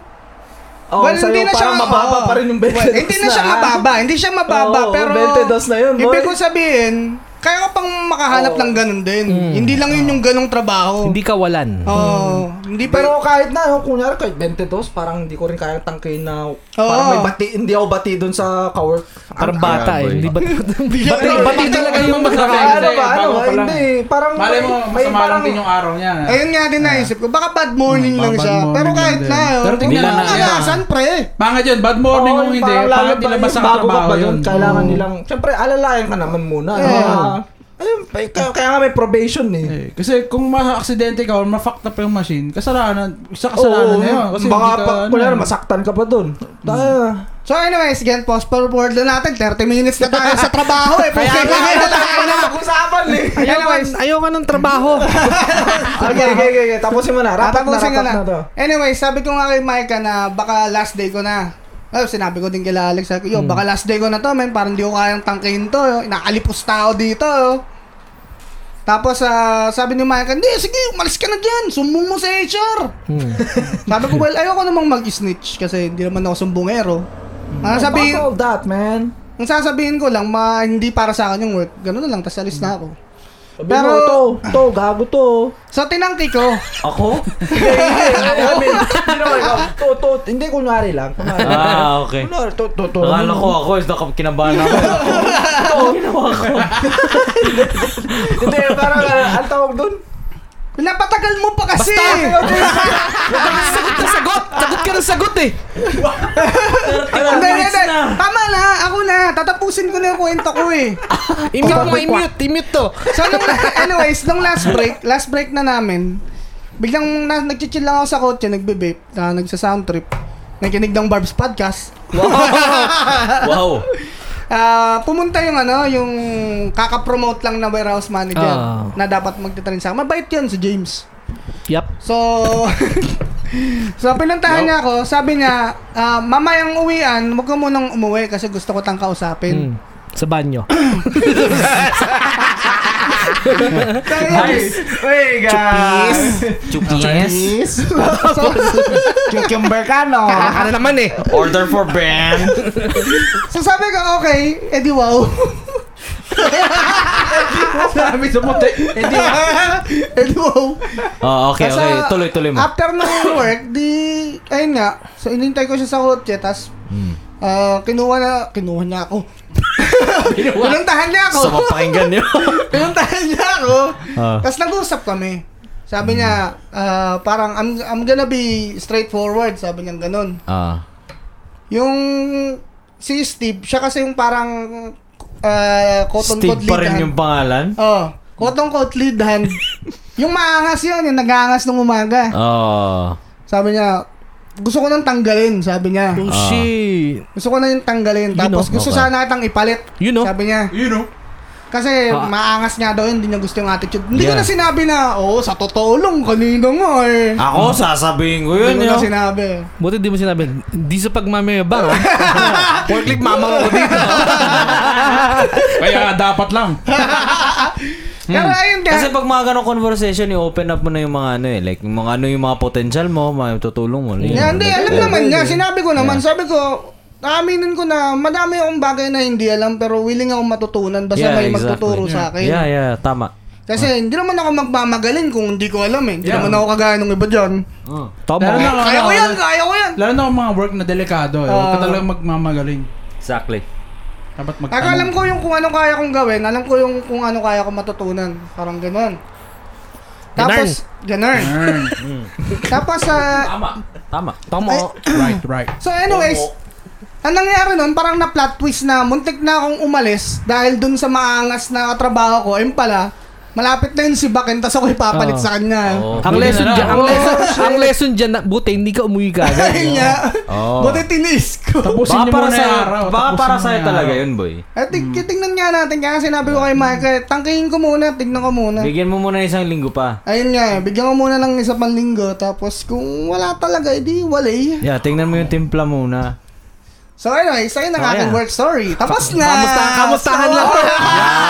Oh, Well, sa'yo hindi na siya- parang mababa oo. pa rin yung 22 Well, hindi na siya ha? mababa, hindi siya mababa, Oo, pero... 22 na yun, boy. Ibig ko sabihin, kaya ka pang makahanap Oo. Mm. ng ganun din. Hindi lang yun yung ganong trabaho. Hindi kawalan. Oo, Mm. hindi pa... Pero kahit na, oh, kunyari kahit 22, parang hindi ko rin kaya tangkain na, parang may bati, hindi ako bati dun sa kawork. Parang bata eh. boy. Hindi ba? Bati, bati talaga yung Ano ba, ano eh, ba, hindi, parang Malay mo, may masama lang din yung araw niya. Ayun nga din Ah. naisip ko, baka bad morning Hmm, lang bad siya. morning Pero kahit lang na din. yun, Pero tingnan kung na, ano, yeah. alasan, pre. Pangat yun, bad morning Oo, kung hindi. parang lalo Pangat pa nilabas yung sa bago ka trabaho pa dun, yun. Kailangan nilang, syempre, alalayan ka naman muna. Eh. Ah, ayun, kaya, kaya nga may probation eh. Eh, kasi kung ma-aksidente ka or ma-fucked up yung machine, kasalanan, isa kasalanan na yun. Kasi baka hindi pa, ano, kunyari, masaktan ka pa dun. Ah, So anyways, again, pause forward na natin. 30 minutes na tayo sa trabaho eh. Kaya kaya na tayo na mag-usapan [LAUGHS] eh. Anyways, Ayoko ng trabaho. Okay, okay, okay, okay. Tapusin mo na. Rapat na, Tatapusin rapat ko na. to. Anyway, sabi ko nga kay Micah na baka last day ko na. Well, sinabi ko din kay Alex, sabi ko, yo, Hmm. baka last day ko na to, man. Parang di ko kayang tangkihin to. yo. Inakalipos tao dito. yo." Tapos, ah, sabi ni Micah, hindi, sige, umalis ka na dyan. Sumbong mo sa HR. Hmm. [LAUGHS] sabi ko, well, ayoko namang mag-snitch kasi hindi naman ako sumbongero. Hmm. Ang sabihin, Fuck all that, man. ang sasabihin ko lang, ma, hindi para sa akin yung work. Ganun na lang, tas alis Hmm. na ako. Sabi Pero- mo, to, to, gago [LAUGHS] to. So, tinangki ko. Ako? Hindi, hindi. I mean, hindi naman ikaw. To, to, hindi, kunwari lang. Kunwari. [LAUGHS] Ah, okay. Kunwari, to, to, to. Akala ko ako eh, is nakakinabahan ako. Hindi, parang, ah, ang tawag dun. Pinapatagal mo pa kasi! sagot na sagot. Sagot ka ng sagot eh. Hindi, hindi, minutes hindi. na. Tama na, ako na. Tatapusin ko na yung kwento ko eh. I-mute mo, i-mute. I-mute to. So, nung, anyways, nung last break, last break na namin, biglang na, nagchichill lang ako sa kotse, nagbe-vape, na, nagsa-sound trip, nakinig ng Barb's podcast. [LAUGHS] Wow. Ah, pumunta yung ano, yung kaka-promote lang na warehouse manager Ah. na dapat magtitrain sa akin. Mabait yun si James. Yep. So, [LAUGHS] so pinuntahan niya ako, sabi niya, ah, mamayang uwian, huwag ka munang umuwi kasi gusto ko tang kausapin. Mm. Sa banyo. Kaya, Hey, guys! Chupis. Cucumber ka, no? Ano naman eh. Order for Ben. [LAUGHS] so sabi ko, okay, edi wow. Sabi sa puti. edi wow. edi wow. Oh, okay, Kasi, okay. Tuloy, tuloy mo. After ng work, di, ayun nga, so inintay ko siya sa kotse, tas, Hmm. ah, kinuha na, kinuha na [LAUGHS] ako. Pinuntahan niya ako. Sa mapakinggan [LAUGHS] niyo. Pinuntahan niya ako. Ah. Tapos nag-usap kami. Sabi niya, Hmm. ah, parang, I'm, I'm gonna be straightforward. Sabi niya ganun. Ah. Yung si Steve, siya kasi yung parang uh, cotton Steve cod pa lead rin hand. yung pangalan? Oh, cotton cod lead [LAUGHS] hand. yung maangas yun, yung nag-aangas nung umaga. Oh. Sabi niya, gusto ko nang tanggalin, sabi niya. Oh, Ah. shit. Gusto ko na yung tanggalin. Tapos know? gusto Okay. sana kitang ipalit. You know. Sabi niya. You know? Kasi Ah. maangas nga daw yun, hindi niya gusto yung attitude. Hindi ko na Yeah. sinabi na, oo, sa totoo lang, kanina nga eh. Ako, sasabihin ko Hindi ko Ah. yun. na yun. sinabi. Buti di mo sinabi, di sa pagmamayabang [LAUGHS] ha. Forklift mama ko dito. Kaya dapat lang. Pero ayun, kaya, Hmm. Kasi pag mga ganong conversation, i-open up mo na yung mga ano eh. Like, yung mga ano yung mga potential mo, matutulong mo. Yun. Yeah, hindi, alam naman niya. Sinabi ko naman, sabi ko, aminin ko na madami akong bagay na hindi alam pero willing akong matutunan basta Yeah, may exactly. magtuturo sa akin. Yeah, yeah, tama. Kasi hindi naman ako magmamagaling kung hindi ko alam eh. Hindi Yeah. naman ako kagaya ng iba dyan. [LAUGHS] Lalo Tama. na- Ah. ano, Kaya ko yan, kaya ko yan. Lalo na ang mga work na delikado. Eh. Huwag ka talagang magmamagaling. Exactly. Dapat Ako magtanong. alam ko yung kung ano kaya kong gawin, alam ko yung kung ano kaya kong matutunan. Parang ganun. Tapos, ganun. Earn. Tapos, ah, Tama. Tama. Ay- right, right. So anyways, ang nangyari nun, parang na plot twist na muntik na akong umalis dahil dun sa maangas na trabaho ko, ayun pala, malapit na yun si Bakin, tas ako ipapalit Oo. sa kanya. Oo. Ang Buti lesson na lang. dyan, ang lesson, ang lesson dyan, na- buti hindi ka umuwi kagad. [LAUGHS] Ayun nga. Oo. Buti tinis ko. Tapusin Baka niyo para muna sa yung araw. baka tapusin para niyo sa'yo yung talaga araw. yun, boy. At tig- titingnan nga natin, kaya sinabi ko kay Michael, tangkihin ko muna, tignan ko muna. Bigyan mo muna isang linggo pa. Ayun nga, bigyan ko muna ng isa pang linggo, tapos kung wala talaga, edi walay. Yeah, tingnan mo yung timpla muna. So anyways, ayun ang Oh, aking yeah. work story. Tapos na! [LAUGHS] Kamusta, kamustahan lang to. Ah,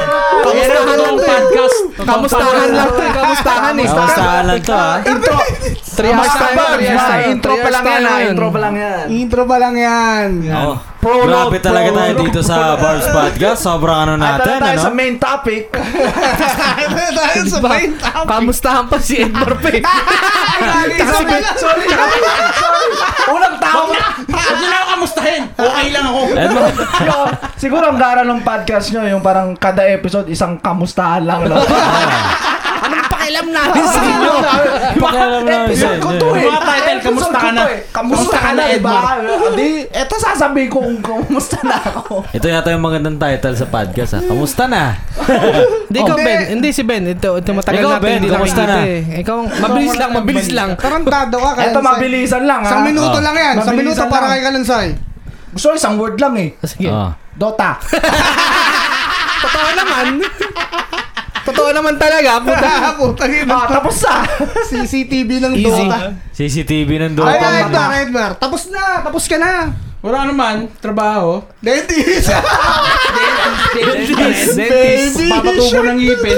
[LAUGHS] Kamustahan lang to eh. podcast. Kamustahan lang to eh. Kamustahan eh. Kamusta ka lang to ah. ha? [LAUGHS] Intro. Three hours tayo. Three hours tayo. Intro pa lang yan, ah. Intro pa lang yan. Intro pa lang yan. [LAUGHS] Oo. Prologue, Grabe talaga tayo prologue. dito sa Bars Podcast. Sobrang ano At natin, tara tayo ano? sa main topic. Tayo sa Diba? main topic. Kamustahan pa si [LAUGHS] Edmar Pe. Sorry, sorry. Unang tao. Huwag na ako kamustahin. Okay lang ako. [LAUGHS] Edmar, Yo, siguro ang gara ng podcast nyo, yung parang kada episode, isang kamustahan lang. No? Anong pakialam natin sa inyo? pakialam namin sa Episode ko inyo. to eh. Mga title, Episode kamusta ko ka to na? eh. Kamusta ka na, Edmar? Di, eto sasabihin ko kung kamusta na ako. Ito yata yung magandang title sa podcast ha. Kamusta na? Hindi ikaw, Ben. Hindi si Ben. Ito, ito matagal Ikaw, natin Ben, hindi kamusta nakikita na? eh. Ikaw, mabilis lang, mabilis lang. Tarantado ka. Eto Kalansay. mabilisan lang ha. Isang minuto Ah. lang yan. Isang Mabilisan minuto para lang. kay [LAUGHS] Kalansay. Gusto ko isang word lang eh. Sige. Ah. Dota. [LAUGHS] Totoo naman. Totoo naman talaga. Puta. [LAUGHS] Ah, Putang ina. Ah, [LAUGHS] tapos na. CCTV ng Easy. Dota. CCTV ng Ay, Dota. Edmar, Edmar. Tapos na. Tapos ka na. Wala naman. Trabaho. Dentist. Dentist. Dentist. Papatubo ng ngipin.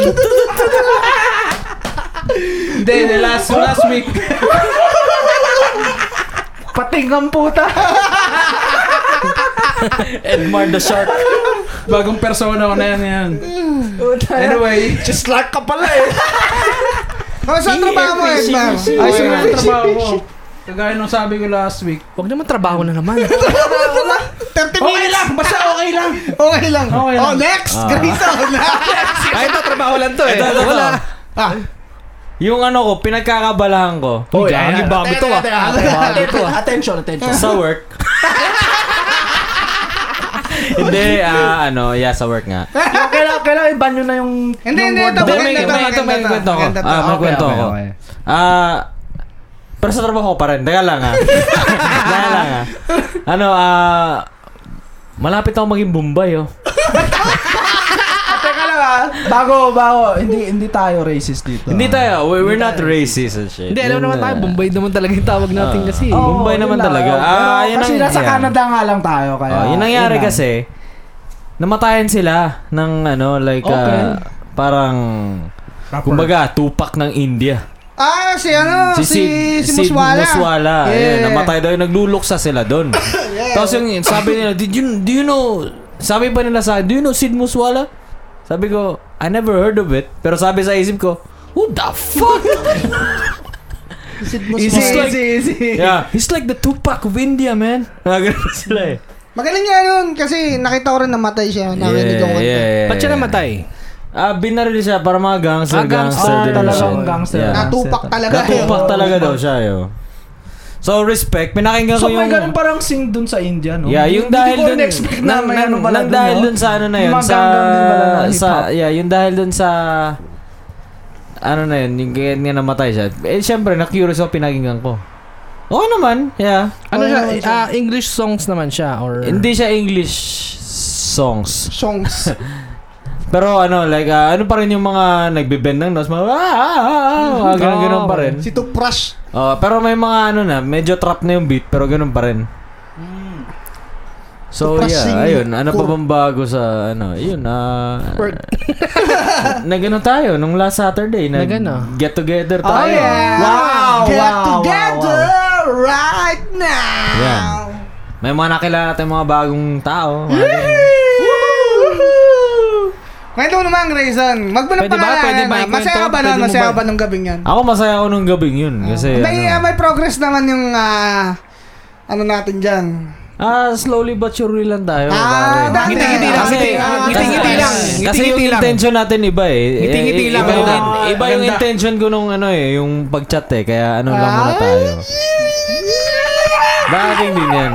Hindi, the last, last week. Pating ang puta. Edmar the Shark. Bagong persona ko na yan. yan. Anyway. Just like ka pala eh. Oh, saan trabaho mo, Edmar? Ay, sino ang trabaho ko? Kagaya nung sabi ko last week. Huwag naman trabaho na naman. 30 Okay minutes. lang! Basta okay lang! Okay lang. Okay Oh, lang. next. Ah. [LAUGHS] Grayson. Ay, ito trabaho lang to eh. Ito, ito, Wala. ito. Ah, Yung ano ko, pinagkakabalahan ko. Oh, Ang yeah. ibago to ah. Attention, attention. Sa work. Hindi, ah, ano, yeah, sa work nga. Yung Kailangan, kailangan i-ban nyo na yung... Hindi, yung hindi, word ito, na- Maganda Hindi, may, to, may, ito, may maganda to, kwento ko. maganda to. Ah, may Okay, kwento okay, ko. okay. Ah, pero sa trabaho ko pa rin. Teka lang ah. Teka lang ah. Ano, ah, malapit ako maging Bombay oh. Teka lang ah. Bago, bago. Hindi, hindi tayo racist dito. Hindi tayo, we- we're not racist and shit. Hindi, alam Yun naman na. tayo. Bombay naman talaga yung tawag natin Ah. kasi. eh. Oh. Bombay yun naman lang. talaga. Pero Ah, yun Ano, Kasi ang- nasa yan. Canada nga lang tayo. Kaya, Oh, yun nangyari yun lang. kasi, namatayan sila ng ano, like, ah, parang, kumbaga, tupak ng India. Ah, si ano, si, si, Sid Muswala. Muswala. Yeah. Ayun, namatay daw yung nagluluksa [LAUGHS] sila doon. Tapos yung sabi nila, did you, do you know, sabi pa nila sa akin, do you know Sid Muswala? Sabi ko, I never heard of it. Pero sabi sa isip ko, who the [LAUGHS] fuck? Sid Easy, Muswala. easy, yeah, he's like the Tupac of India, man. Nagano sila eh. Magaling nga nun kasi nakita ko rin namatay siya. Narinig ko kanta. Ba't siya namatay? Ah, binaril siya para mga Ah, gangster, gangster. gangster, din talagang siya. gangster. Yeah. Natupak talaga. Natupak yun. talaga daw siya, yo. So, respect. Pinakinggan So ko may yung... ganun parang sing dun sa India, no? Yeah, yung Hindi dahil ko dun, na-expect na nang, may nang, ano pala nang dun, dahil no? dun sa ano na yun, Mga sa, ganggang din pala na sa, hip-hop. yeah, yung dahil dun sa, ano na yun, yung kaya niya namatay siya. Eh, syempre, na-curious ako pinakinggan ko. Oo naman, yeah. Oh, Ano siya? yeah, Ah, English songs naman siya or... Hindi siya English songs. [LAUGHS] Songs. Pero ano, like, ah, ano pa rin yung mga nagbibend ng nose, mga, ah, ah, ah, ah, ganun, ganun pa rin. si Toothbrush. Oh, pero may mga ano na, medyo trap na yung beat, pero ganun pa rin. Hmm. So, Depressing. yeah, ayun. Ano pa bang bago sa, ano, yun, ah... Work. [LAUGHS] na ganun tayo, nung last Saturday, Na na, ganun. get together tayo. Oh, yeah. Wow, Get wow, together right now. Yan. May mga nakilala tayong mga bagong tao. mga ganun. Kwento mo naman, Grayson. Magbulang Pwede ba? pangalanan. Pwede ba ah. ikwento? Masaya ka ba nun? Pwede mo Masaya ka ba? ba nung gabing yan? Ako masaya ako nung gabing yun. Kasi, may, ah, ano, may progress naman yung ah, ano natin dyan. ah, slowly but surely lang tayo. Ah, dati. pare. Ngiti-ngiti lang. Kasi, Ah, Ngiti-ngiti lang. Kasi yung Ngiti-ngiti lang. intention natin iba eh. Ngiti-ngiti Eh, lang. Iba, yung, Oo. iba yung Maganda. intention ko nung ano eh, yung pag-chat eh. Kaya ano lang muna tayo. Bakit din yan?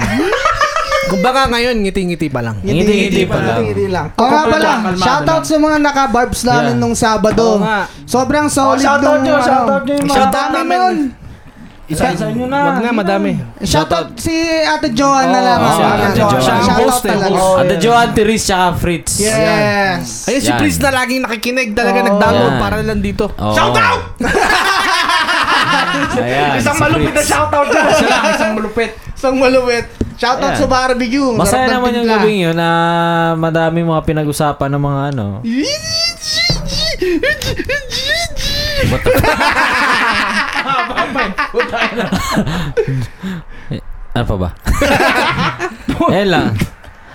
Kumbaga ngayon, ngiti-ngiti pa lang. Ngiti-ngiti pa lang. Hindi lang. O nga pala, Kalmado shoutout sa mga naka-barbs namin Yeah. nung Sabado. Oo nga. Oh, Sobrang solid shoutout nyo, nung... shoutout nyo yung mga- Shoutout namin nun. Isa-isa nyo na. Wag na, madami. Shoutout si Ate Joanna lang. Oo, si Ayan. Ate Joanna. Shoutout Siya ang host eh, talaga. host. At the Joanne Therese tsaka Fritz. Yes. Ayun si Yan. Prince na laging nakikinig talaga nag-download Yan. para lang dito. Shout [LAUGHS] out! Ayan, Isang si malupit na Fritz. shoutout dyan. Sila, isang malupit. Isang maluwit. Shoutout Ayan. sa barbecue. Ang Masaya sarap ng naman yung timpla. gabing yun na madami mga pinag-usapan ng mga ano. Ano pa ba? Ayan lang.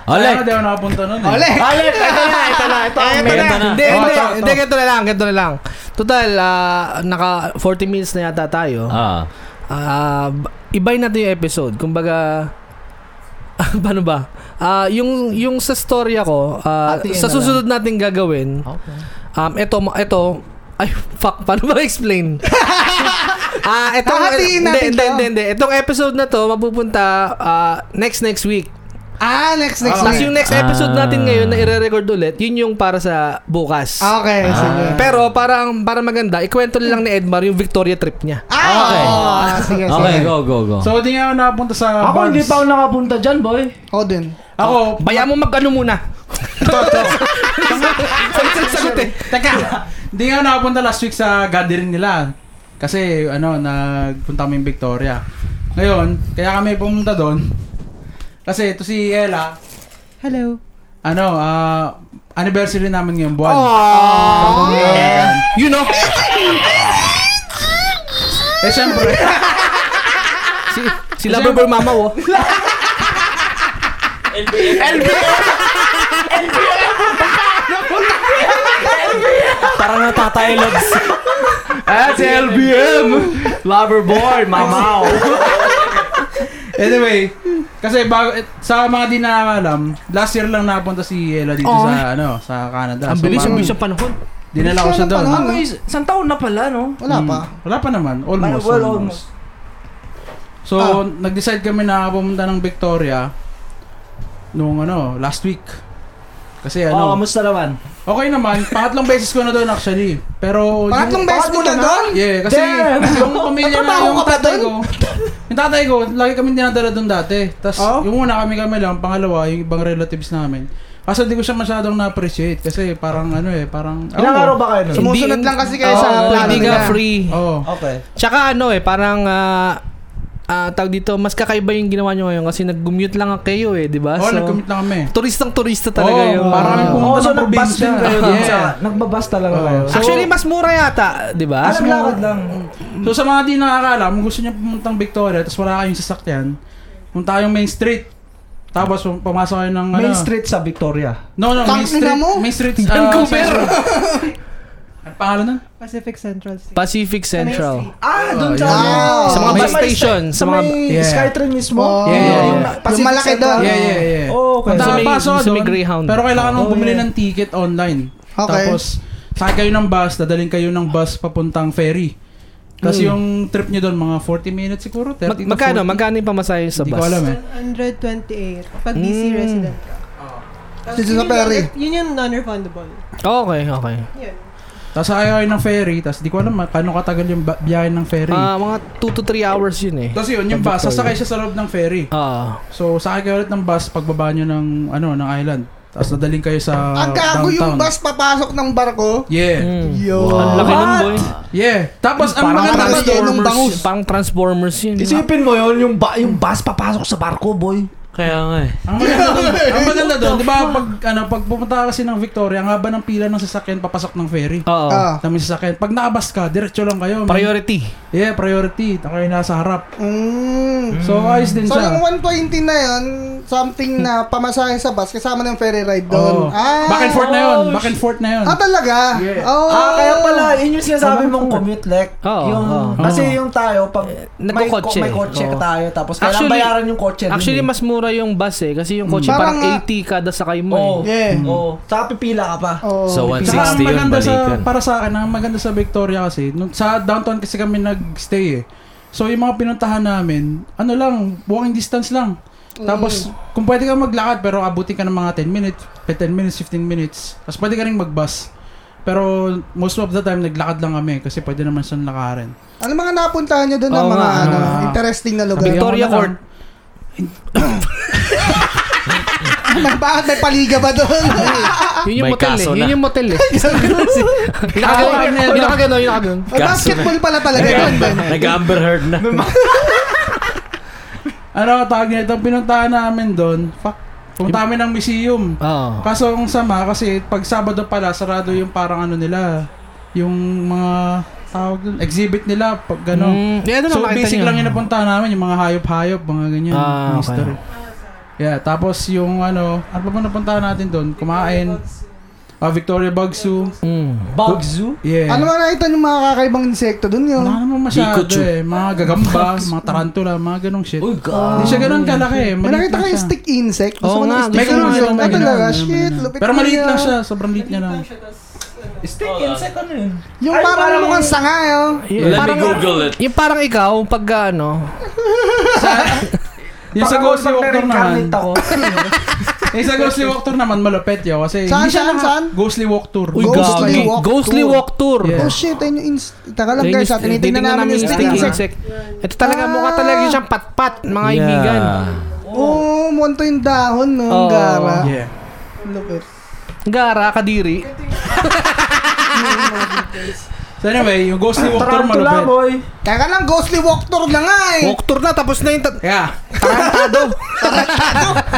Olek! Sana di ako nakapunta nun. eh. Ole! Ale, ito na, ito na, ito ang Ito main. na. Hindi, Oh, hindi, ito, ito. hindi, ganito na lang, ganito na lang. Total, ah, naka 40 minutes na yata tayo. Ah. Ah, ibay natin yung episode. Kumbaga [LAUGHS] paano ba? Ah, yung yung sa storya ko, ah, Hatiin sa na susunod nating gagawin. Um ito ito [LAUGHS] ay fuck, paano ba [LAUGHS] explain? Ah, ito Hahatiin natin hindi, hindi, to. hindi, hindi. Itong episode na to mapupunta ah, next next week. Ah, next, next Tapos week. yung next episode Ah. natin ngayon na ire-record ulit, yun yung para sa bukas. Okay, sige. Pero parang para maganda, ikwento na lang ni Edmar yung Victoria trip niya. Ah, Okay. oo. Ah, sige, Okay, sige. go, go, go. So, di nga ako nakapunta sa Ako bars. hindi pa ako nakapunta dyan, boy. Ako din. Ako, Baya mo mag-ano muna. [LAUGHS] Sagot sagot eh. teka, hindi nga ako nakapunta last week sa gathering nila. Kasi, ano, nagpunta kami Victoria. Ngayon, kaya kami pumunta doon. Kasi ito si Ella, Hello. ano, ah, anniversary namin ngayong buwan. Aww. You know. Eh, syempre. Si, si Loverboy Mama oh. Parang natatay [LAUGHS] loves. At LBM! Loverboy, mamaw. Anyway, kasi bago, eh, sa mga di na alam, last year lang napunta si Ella dito sa ano, sa Canada. Ang So, bilis, ang parang bilis ang panahon. Dinala ko siya doon. Hmm, Ano? Ano, is- isang taon na pala, no? Wala pa. Wala pa naman, almost. well, almost. So, Ah. nag-decide kami na pumunta ng Victoria nung ano, last week. Kasi Oh, ano, kamusta naman? okay naman, [LAUGHS] pangatlong beses ko na doon actually. Pero Pangatlong yung- beses mo na Pangatlong doon? Yeah, kasi Damn! [LAUGHS] yung pamilya na Nagtrabaho yung ka ba tatay doon? ko. Yung tatay ko, lagi kami dinadala doon dati. Tapos Oh? yung una kami kami lang, pangalawa, yung ibang relatives namin. Kaso di ko siya masyadong na-appreciate kasi parang ano eh, parang... Ilang Ewan ko. araw ba kayo nun? Sumusunod Hindi- lang kasi kayo Oo, sa oo, plano Hindi nila. ka free. Oo. Okay. Oh. Tsaka ano eh, parang ah ah, tawag dito, mas kakaiba yung ginawa nyo ngayon kasi nag-mute lang kayo eh, di Ah, ba? Oh, Oo, Oh, nag-commit lang kami. turistang turista talaga Oo, yun. parang Oo. pumunta Oh, so ng nagbas probinsya. din kayo dun Yeah. sa... Nagbabas talaga Oo. kayo. So, Actually, mas mura yata, di ba? Ah, naglakad lang. So sa mga di nakakaalam, kung gusto niya pumuntang Victoria tapos wala kayong sasakyan, punta kayong Main Street. Tapos pum- pumasok kayo ng Main ano- Street sa Victoria. No, no, Main Tangina Street. mo! Main Street. ah, Ang pangalan nun? Pacific Central Station. Pacific Central. Ah, doon sa... Wow. Sa mga may bus sky- station, sa Sa mga... may Yeah. Skytrain mismo. Oo. Yeah, yeah, Yung yeah. na- Pacific Yung malaki Central. doon. Yeah, yeah, yeah. Oh, okay. Punta Sa ka may- Pasok sa may doon, Greyhound. Pero kailangan mong Oh, bumili yeah. ng ticket online. Okay. Tapos, sakay kayo ng bus, dadaling kayo ng bus papuntang ferry. Kasi yung trip nyo doon, mga 40 minutes siguro, 30 Hmm. Mag- to magkano? 40. Magkano yung pamasahe sa Hindi bus? ko alam eh. 128. Pag DC Mm. resident ka. Tapos Dito sa yun yung- Perry. Yun yung non-refundable. Okay, okay. Yun. Tapos sakay kayo ng ferry, tapos di ko alam ma- paano katagal yung ba- biyahe ng ferry. Ah, mga 2 to 3 hours yun eh. tapos yun, yung bus, sasakay siya sa loob ng ferry. Ah. So, sakay kayo ulit ng bus pagbaba nyo ng, ano, ng island. Tapos dadaling kayo sa Ang gago yung bus papasok ng barko. Yeah. Mm. Yo. Ang laki nun, boy. Yeah. Tapos, ang Parang maganda Transformers. doon, Nung bangus. Pang Transformers yun. Isipin mo yun, yung, ba- yung bus papasok sa barko, boy. Kaya nga eh. Ang maganda doon, ang maganda doon, 'di ba? Pag ano, pag pupunta kasi ng Victoria, ang haba ng pila ng sasakyan papasok ng ferry. Oo. Ah. Dami sasakyan. Pag naabas ka, diretso lang kayo. man. Priority. Yeah, priority. Ang kayo nasa harap. Mm. So, ayos din So yung siya. 120 na yun, something na pamasahe sa bus kasama ng ferry ride doon. Oo. Ah. Back and forth na 'yon. Back and forth na 'yon. Ah, talaga? Yeah. Oh. Ah, kaya pala, yun yung sinasabi mong commute, Lek. Oo, yung, oo. Kasi yung tayo, pag may, ko- nagkokotse. may kotse Oo. tayo, tapos kailangan Actually- bayaran yung kotse. dun Actually, eh. mas mura yung bus eh. Kasi yung kotse Mm. Hmm. parang, ah, Parang, 80 kada sakay mo Oo. eh. Yeah. Oo. Saka Oh. pipila ka pa. Oh. So, Saka ang 160 yun, maganda sa, balikan. para sa akin, ang maganda sa Victoria kasi, nung, sa downtown kasi kami nag-stay eh. So yung mga pinuntahan namin, ano lang, walking distance lang. Tapos, kung pwede ka maglakad pero abutin ka ng mga 10 minutes, 10 minutes, 15 minutes. Tapos pwede ka rin mag-bus. Pero most of the time, naglakad lang kami kasi pwede naman siyang lakarin. ano mga napuntahan nyo doon ng Oo mga nga, ano, ah. interesting na lugar? Sabihan ko Victoria na lang. Court. May- Bakit Ah, may paliga ba doon? Yun yung May motel eh. kaso Yun na. yung [LAUGHS] motel eh. Yun ang ganun, yun ang ganun, yun ang ganun. Basketball pala talaga yun. Ben. Nag-amber heard na. ano, tawag nito, pinuntahan namin doon, fuck, pumunta kami ng museum. Oo. Kaso ang sama kasi pag Sabado pala sarado yung parang ano nila, yung mga tawag dun, exhibit nila pag Ano? gano'n. Mm, yeah, Ano So basic lang yung napuntahan namin, yung mga hayop-hayop, mga ganyan, Ah, okay. mystery. Yeah, tapos yung ano, ano pa ba napuntahan natin doon? Kumain. Ah, Victoria Bug Zoo. Mm. Bug zoo? Yeah. Ano ba nakita yung mga kakaibang insekto dun yun? Wala naman masyado Pikachu. eh. Mga gagamba, mga tarantula, mga ganong shit. Uy, God. Hindi siya ganun kalaki. May maliit nakita lang kayo siya. stick insect? Gusto Oo ko ng nga, stick May ganun, may insect. ganun, may Ah, ganun, talaga? may ganun, Shit, may ganun. lupit Pero na maliit yan. lang siya, sobrang liit niya lang. Stick insect ano yun? Yung parang mukhang sanga Eh, yun. Let me Parang, Google it. yung parang ikaw, pag ah, ano, Yung sa Ghost Walker naman, Ako. yung sa Ghostly Walk Tour naman malupit yun kasi Saan, hindi siya saan, naka- saan? Ghostly Walk Tour. uy, Ghostly ghostly, walk ghostly tour. walk tour. Yeah. Oh shit, ayun yung insect. Taka lang Ayun guys, yung- at tinitingnan titingnan namin yung stick insect. Ito talaga, mukha talaga siyang patpat, mga Yeah. ibigan. Oo, monto Oh, yung dahon, no? Oo. Ang gara. Yeah. Lupit. Gara, kadiri. So anyway, yung Ghostly Walk Tour Tarantula, malupit. boy. Teka lang, ghostly walk tour na nga eh. Walk tour na, tapos na yung tat- Yeah. tarantado.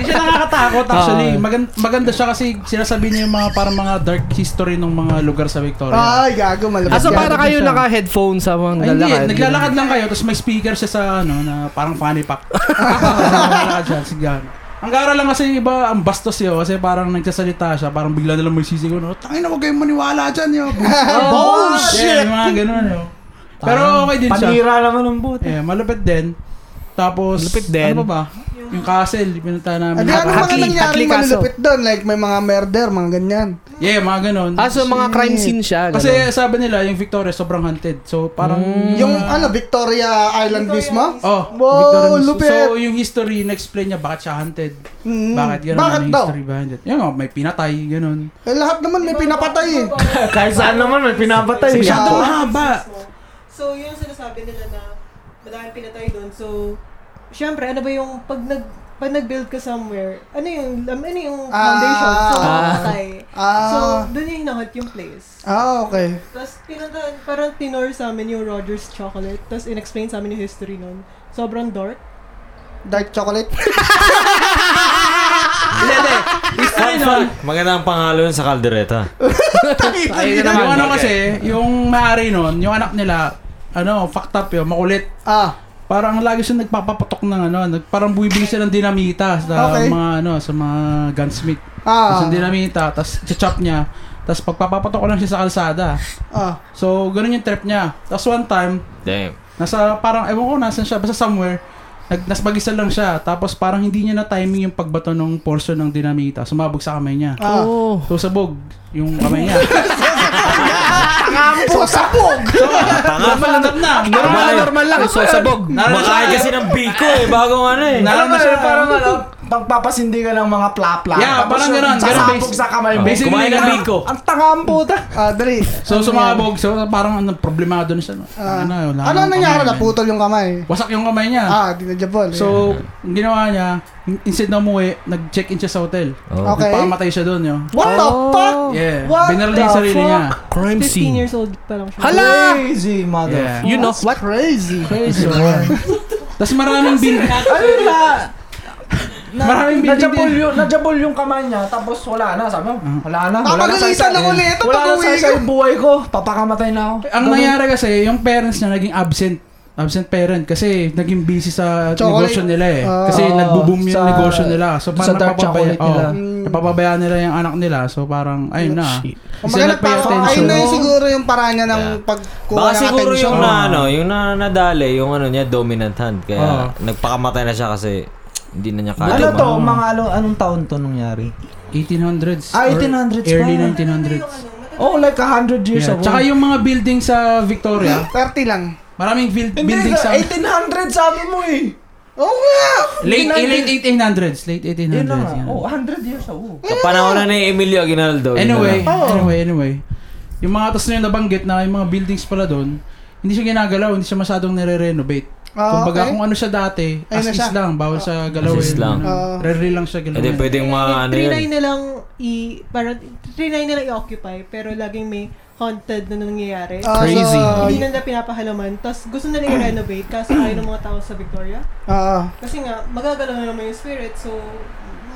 Hindi siya nakakatakot actually. Ah. Magan- maganda siya kasi sinasabi niya yung mga parang mga dark history ng mga lugar sa Victoria. Ay, gago, malapit. Ah, so yan. para kayo siya. naka-headphone sa mga Ay, hindi, naglalakad. naglalakad lang kayo tapos may speaker siya sa ano na parang funny pack. Naglalakad siya, sigano. Ang gara lang kasi yung iba, ang bastos yun kasi parang nagsasalita siya, parang bigla na lang may sisigaw na, tangin na huwag kayong maniwala dyan [LAUGHS] yun. Bullshit! Yeah, yung mga ganun yun. Pero okay din siya. Panira naman ng buti. Yeah, Eh, malupit din. Tapos, Malupit din. ano pa ba? Yung castle, pinunta namin. At ano mga Atli- nangyari Atli kaso. malulupit doon? Like, may mga murder, mga ganyan. Yeah, mga ganun. Ah, so mga crime scene siya. Kasi ganun. Mm. sabi nila, yung Victoria sobrang hunted. So parang... Yung ano, Victoria Island mismo? Oh, Wow, Victoria- lupit. So yung history, na-explain niya bakit siya hunted. Mm. Bakit ganun? Bakit ano yung daw? history behind it? Yun, oh, may pinatay, ganun. Eh, lahat naman may pinapatay eh. Kahit saan naman, may pinapatay. Ah, Masyadong Yeah. haba. So, yun ang sinasabi nila na madami pinatay doon. So, syempre, ano ba yung pag nag pag nag-build ka somewhere, ano yung um, ano yung Ah. foundation so Ah. mamatay. Ah. so, doon yung hinahunt yung place. Ah, okay. Tapos pinuntahan, parang tinor sa amin yung Rogers Chocolate. Tapos inexplain sa amin yung history nun. Sobrang dark. Dark chocolate. Fun fact, Maganda ang pangalo yun sa kaldereta. Yung ano kasi, yung maari nun, yung anak nila, ano, fucked up yun, makulit. Ah, Parang lagi siya nagpapapatok ng ano, nag- parang buwibili siya ng dinamita sa Okay. mga ano, sa mga gunsmith. Tapos ah, yung dinamita, tapos chop niya. Tapos pagpapapatok ko lang siya sa kalsada. ah. So, ganun yung trip niya. Tapos one time, Damn. nasa parang, ewan ko nasan siya, basta somewhere, nag, nas mag-isa lang siya. Tapos parang hindi niya na timing yung pagbato ng portion ng dinamita. Sumabog sa kamay niya. Ah. Oh. So, sabog yung kamay niya. So, sapog! Napalantad na. Normal na normal lang, so sabog. Makain kasi ng biko eh, bagong ano eh. Alam Naroon mo na siya yun, parang ano, pagpapasindi ka ng mga plapla. Yeah, Tapos parang yun, ganun, ganun, Sasabog base- sa kamay mo. Basically, Kumain ng na- biko. Ang tanga ang puta. Ah, dali. So, sumabog. So, parang ano, problemado na siya. No? Ah, Ano, wala ano nang nangyari? kamay, man. Naputol yung kamay. Wasak yung kamay niya. Ah, di na jabol. So, ang ginawa niya, instead na umuwi, nag-check-in siya sa hotel. eh. okay. Oh. Nagpakamatay siya doon, yo. What the fuck? Yeah. What Binaril niya the yung sarili fuck? niya. 15 Crime scene. years old pa lang siya. Hala! Crazy, mother. Yeah. You know what? Crazy. Crazy. Tapos maraming bin... Ano yun na? Maraming building Najabol din. yung, najabol yung kamay niya, tapos wala na. Sabi mo, wala na. Wala na sa Papagulisan isa. ako ulit. Ito, Wala na sa pag-uwi isa ko. yung buhay ko. Papakamatay na ako. Ang nangyari kasi, yung parents niya naging absent. Absent parent kasi naging busy sa Chocolate. negosyo nila eh. Ah. kasi nagbo-boom yung Sa- negosyo nila. So sa parang dark napapabaya, chocolate nila. nila. Mm. napapabayaan nila yung anak nila. So parang, ayun na. Shit. Kung Kasi baga nagpay nagpapa- attention. ayun na yung siguro yung paraan niya ng pagkuha Baka ng siguro attention. yung Ah. na ano, yung na nadali, yung ano niya, dominant hand. Kaya Oo. nagpakamatay na siya kasi hindi na niya kaya. Ano to? ma- Mga ano, anong taon to nangyari? 1800s. Ah, or 1800s Early pa. 1900s. Oh, like 100 years Yeah. ago. Tsaka yung mga building sa Victoria, 30 lang. maraming buil- Hindi, building sa... 1800 sabi mo eh. Oo nga! Late, late 1800s. Late 1800s. Yun na nga. yeah. ah. Oh, 100 years ago. Sa panahon na ni Emilio Aguinaldo. yun na Anyway, lang. anyway, anyway. Yung mga tapos na yung nabanggit na yung mga buildings pala doon, hindi siya ginagalaw, hindi siya masyadong nire-renovate. Ah, kung baga okay. kung ano siya dati, Ayun as na is siya. lang, bawal siya galawin. As is lang. Ano, Ah. Re-re lang siya Eh, di galawin. pwedeng mga ano yun. Trinay na lang i... Parang trinay na lang i-occupy pero laging may haunted na nangyayari. Ah, Crazy. so, hindi na nila pinapahalaman. Tapos gusto na nila renovate kaso ayaw ng mga tao sa Victoria. ah, Kasi nga, magagalaw na naman yung spirit. So,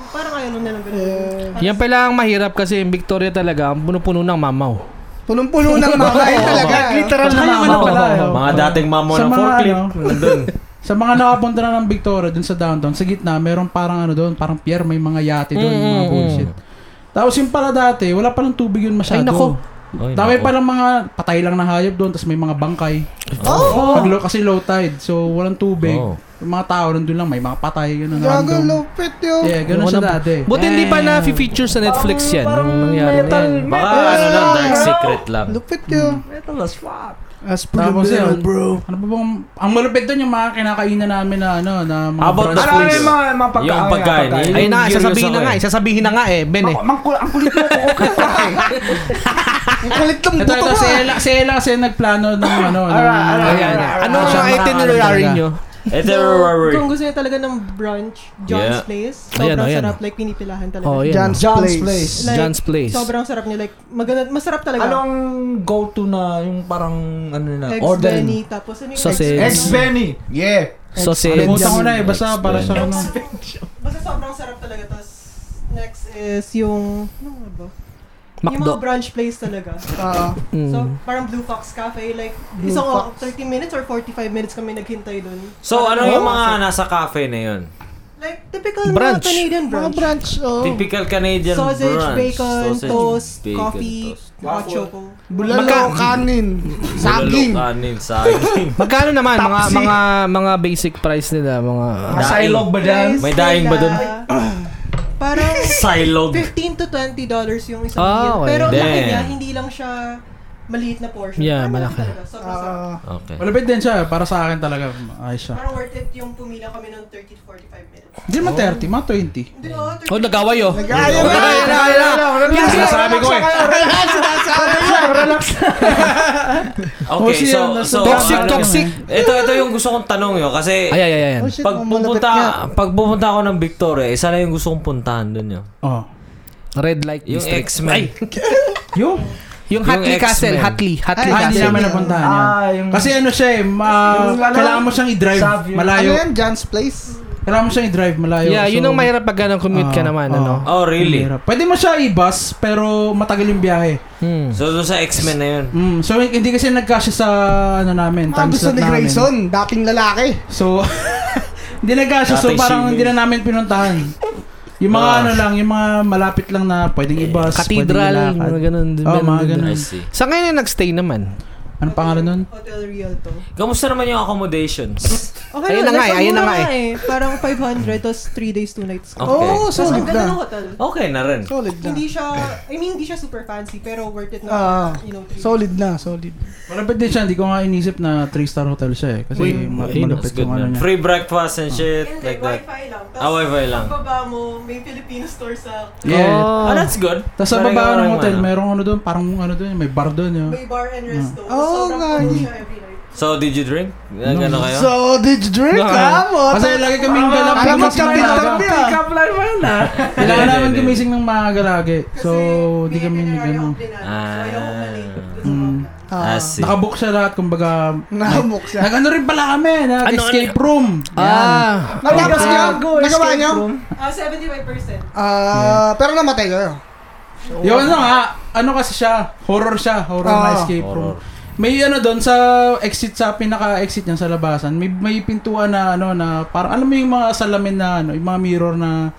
parang ayaw lang nilang ganun. Parang- Yan pala ang mahirap kasi yung Victoria talaga, puno-puno ng mamaw. punong-puno [LAUGHS] ng mamay talaga. Literal na Tsaka yung mama. ano pala, oh. Mga dating mamo Sa ng mga forklift. ano. [LAUGHS] Sa mga nakapunta na ng Victoria dun sa downtown, sa gitna, meron parang ano doon, parang pier, may mga yate doon, mga bullshit. Tapos yung pala dati, wala palang tubig yun masyado. Ay, nako. Oy, Dami nako. palang mga patay lang na hayop doon, tapos may mga bangkay. Oh! Pag low, kasi low tide, so walang tubig. Oh. Yung mga tao nandun lang, may mga patay, gano'n. Gago, random. lupit yun. Yeah, gano'n Ano siya na- dati. Buti hindi pa na-feature sa Netflix yan. Parang nung nangyari na metal, yan. Baka metal. ano lang, dark secret lang. Lupit yun. Metal as fuck. As per Tapos the yun, bro. Ano ba bang, ang malupit doon yung mga kinakainan namin na ano, na mga How about brunch the Ano Please. yung mga, mga pagkain? Yung mga pagkain, eh. Ayun na, nga, Curious sasabihin na ako nga eh. eh. Sasabihin na nga eh, Ben eh. Ang- Ang kul- ang kulit mo. Ang kulit ng buto Ito, ito, mo. si Ella, si Ella kasi nagplano ng ano. ng- Alright, alright, Ayan. alright. Ano ang Siya ang itinerary nakakaalam nyo? Ito, Kung gusto niya talaga ng brunch, John's Yeah. Place, Ayan, sobrang ayan. sarap. Like, pinipilahan talaga. Oh, yan. John's John's Place. Like, John's Place. Sobrang sarap niya. Like, maganda, masarap talaga. Anong go-to na yung parang ano na Ex order? Benny, tapos ano yung Sausage. Ex- Ex Benny. Yeah. Sausage. Kalimutan ko na eh, basta para sa ano. [LAUGHS] Basta sobrang sarap talaga. Tapos, next is yung, ano nga ba? Yung Macdo. mga brunch place talaga. Ah, Mm. So, parang Blue Fox Cafe. Like, Blue isang Fox. 30 minutes or 45 minutes kami naghintay doon. So, ano yung mga nasa cafe na yun? Like, typical Brunch. mga Canadian mga brunch. brunch, oh. Typical Canadian Sausage, brunch. bacon, Sausage, toast, bacon, coffee, toast. hot choco. Bulalo, kanin, saging. Bulalo, kanin, saging. Magkano naman mga mga mga basic price nila, mga Mga silog ba dyan? Guys, May daing ba dun? nila, Parang Silog. 15 to 20 dollars yung isang Ah, meal. okay. Pero ang laki Damn. niya, hindi lang siya maliit na portion. Yeah, Parang malaki. talaga. Sobrang sarap. Ah, Okay. Malupit din siya, para sa akin talaga, ayos siya. Parang worth it yung pumila kami ng 30 to 45 minutes. Hindi naman 30, mga 20. Hindi oh, Oh, 30 nag-away oh. Nag-aayam na! Relax na sabi ko eh. Okay, Oh, so, siya, so, Toxic, ano- toxic. Ito, ito yung gusto kong tanong yun. Kasi, Ay ay ay. ayan. Oh, shit, pag ang malapit pupunta, niya. pag pupunta ako ng Victoria, isa na yung gusto kong puntahan dun yun. Oh. Red light Yung district. Ay, X-Men. Yung? yung Yung Hatley X-Men. Castle, Hatley, Hatley Ah, hindi Castle. namin napuntahan yan. Ah, yung- Kasi ano siya eh, Yung ma- lalo- kailangan mo siyang i-drive Sabi- Ano malayo. yan? John's Place? Kailangan mo siyang i-drive malayo. Yeah, yun so- ang mahirap pag ganang commute ka Ah, naman, ah. ano. Oh, really? Mahirap. Pwede mo siya i-bus, pero matagal yung biyahe. Hmm. So, doon sa X-Men na yun. Mm, so hindi kasi nagkasya sa ano Mga namin, time Ah, gusto slot ni namin. Grayson, dating lalaki. So [LAUGHS] hindi nagkasya, so Dati parang si hindi na namin pinuntahan. Yung mga Ah. Eh, ano lang, yung mga malapit lang na pwedeng i-bus, Cathedral, mga pwedeng ilakad. ganun. Oh, mga ganun. Hmm. I see. Sa ngayon na nagstay naman. Ano pangalan nun? Hotel Rialto. Kamusta naman yung accommodations? Okay, Ayun na nga eh, nasa ayun na mura nga eh. Parang 500, tapos 3 days, 2 nights. Oh! Okay. Oo, Tapos ang solid ganda na. ng hotel. Okay Ah, na rin. Solid na. Hindi siya, I mean, hindi siya super fancy, pero worth it na, Ah, you know, three solid na, solid. Malapit din siya, hindi ko nga inisip na 3-star hotel siya eh. Kasi ma- That's malapit good, yung ano man. niya. Free breakfast and shit, Hindi, like that. wifi lang. Tapos, Ah, wifi lang. pagbaba mo, may Filipino store sa... Yeah. Ah, that's good. Tapos sa Parang Oh. baba ng yung hotel, ano. merong ano doon, parang ano doon, may bar doon. Yun. May bar and resto. Oh, Sobrang nga. puno siya every night. So, did you drink? Nagano kayo? So, did you drink? Ah, mo. Kasi lagi kaming galap. Alam mo, kapit kami ah. Kailangan Hindi, namin hindi, gumising ng maaga lagi. Kasi So, di kami may itinerary nagano. akong plano, So, ayaw ko Ah. malate. Mm. Ah, I see. Nakabook siya lahat, kumbaga. Nahamok siya. Nag-ano rin pala kami, nag-escape Ano, room. Ah, Nagtapos niya? Nagawa niyo? Ah, 75%. Ah, pero namatay kayo. Yung ano nga, ano kasi siya, horror siya, horror Ah. na escape room. May ano doon sa exit sa pinaka-exit niya sa labasan, may may pintuan na ano na parang alam mo yung mga salamin na ano, yung mga mirror na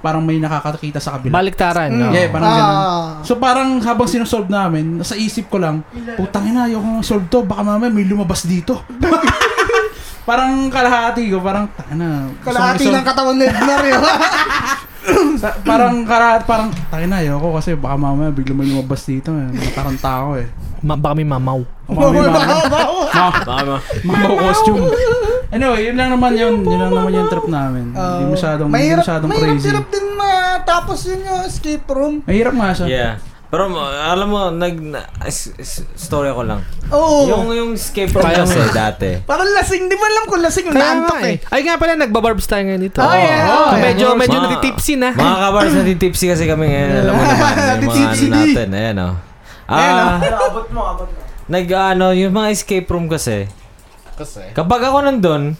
parang may nakakakita sa kabila. baliktaran. Oh. Mm. no? Hmm. Yeah, parang ganun. Ah. So parang habang sinusolve namin, sa isip ko lang, putang ina, ayoko nang solve to, baka mamaya may lumabas dito. [LAUGHS] parang kalahati ko, parang tanga na. gusto kong Kalahati isolve- ng katawan ni ah. Ednar yun. Sa- parang kalahat, parang tanga na, ayoko kasi baka mamaya bigla may lumabas dito, eh. mga taranta ako eh. Ma- baka may mamaw. Baka may mga- [LAUGHS] Baka ma- mga costume. Anyway, yun lang naman yun. Yun lang naman yung trip namin. Ah. Hindi masyadong, hindi Mahirap- masyadong mahirap- crazy. Hirap din matapos yun yung escape room. Mahirap nga siya. Yeah. Pero mo- alam mo, nag na- s- s- story ko lang. Yung Oo. yung escape room kasi dati. Parang lasing, di mo alam kung lasing yung Kaya nga naantok eh. eh. Ay nga pala, nagbabarbs tayo ngayon dito. Oh, yeah. Oh, Oh, medyo, yeah. medyo Ma- natitipsy na. Mga kabars, natitipsy kasi kami ngayon. Alam mo naman, yung mga ano Natitipsy di. natin. Ayan o. Ah, Abot mo, abot mo. nag ano, yung mga escape room kasi. Kasi? Kapag ako nandun,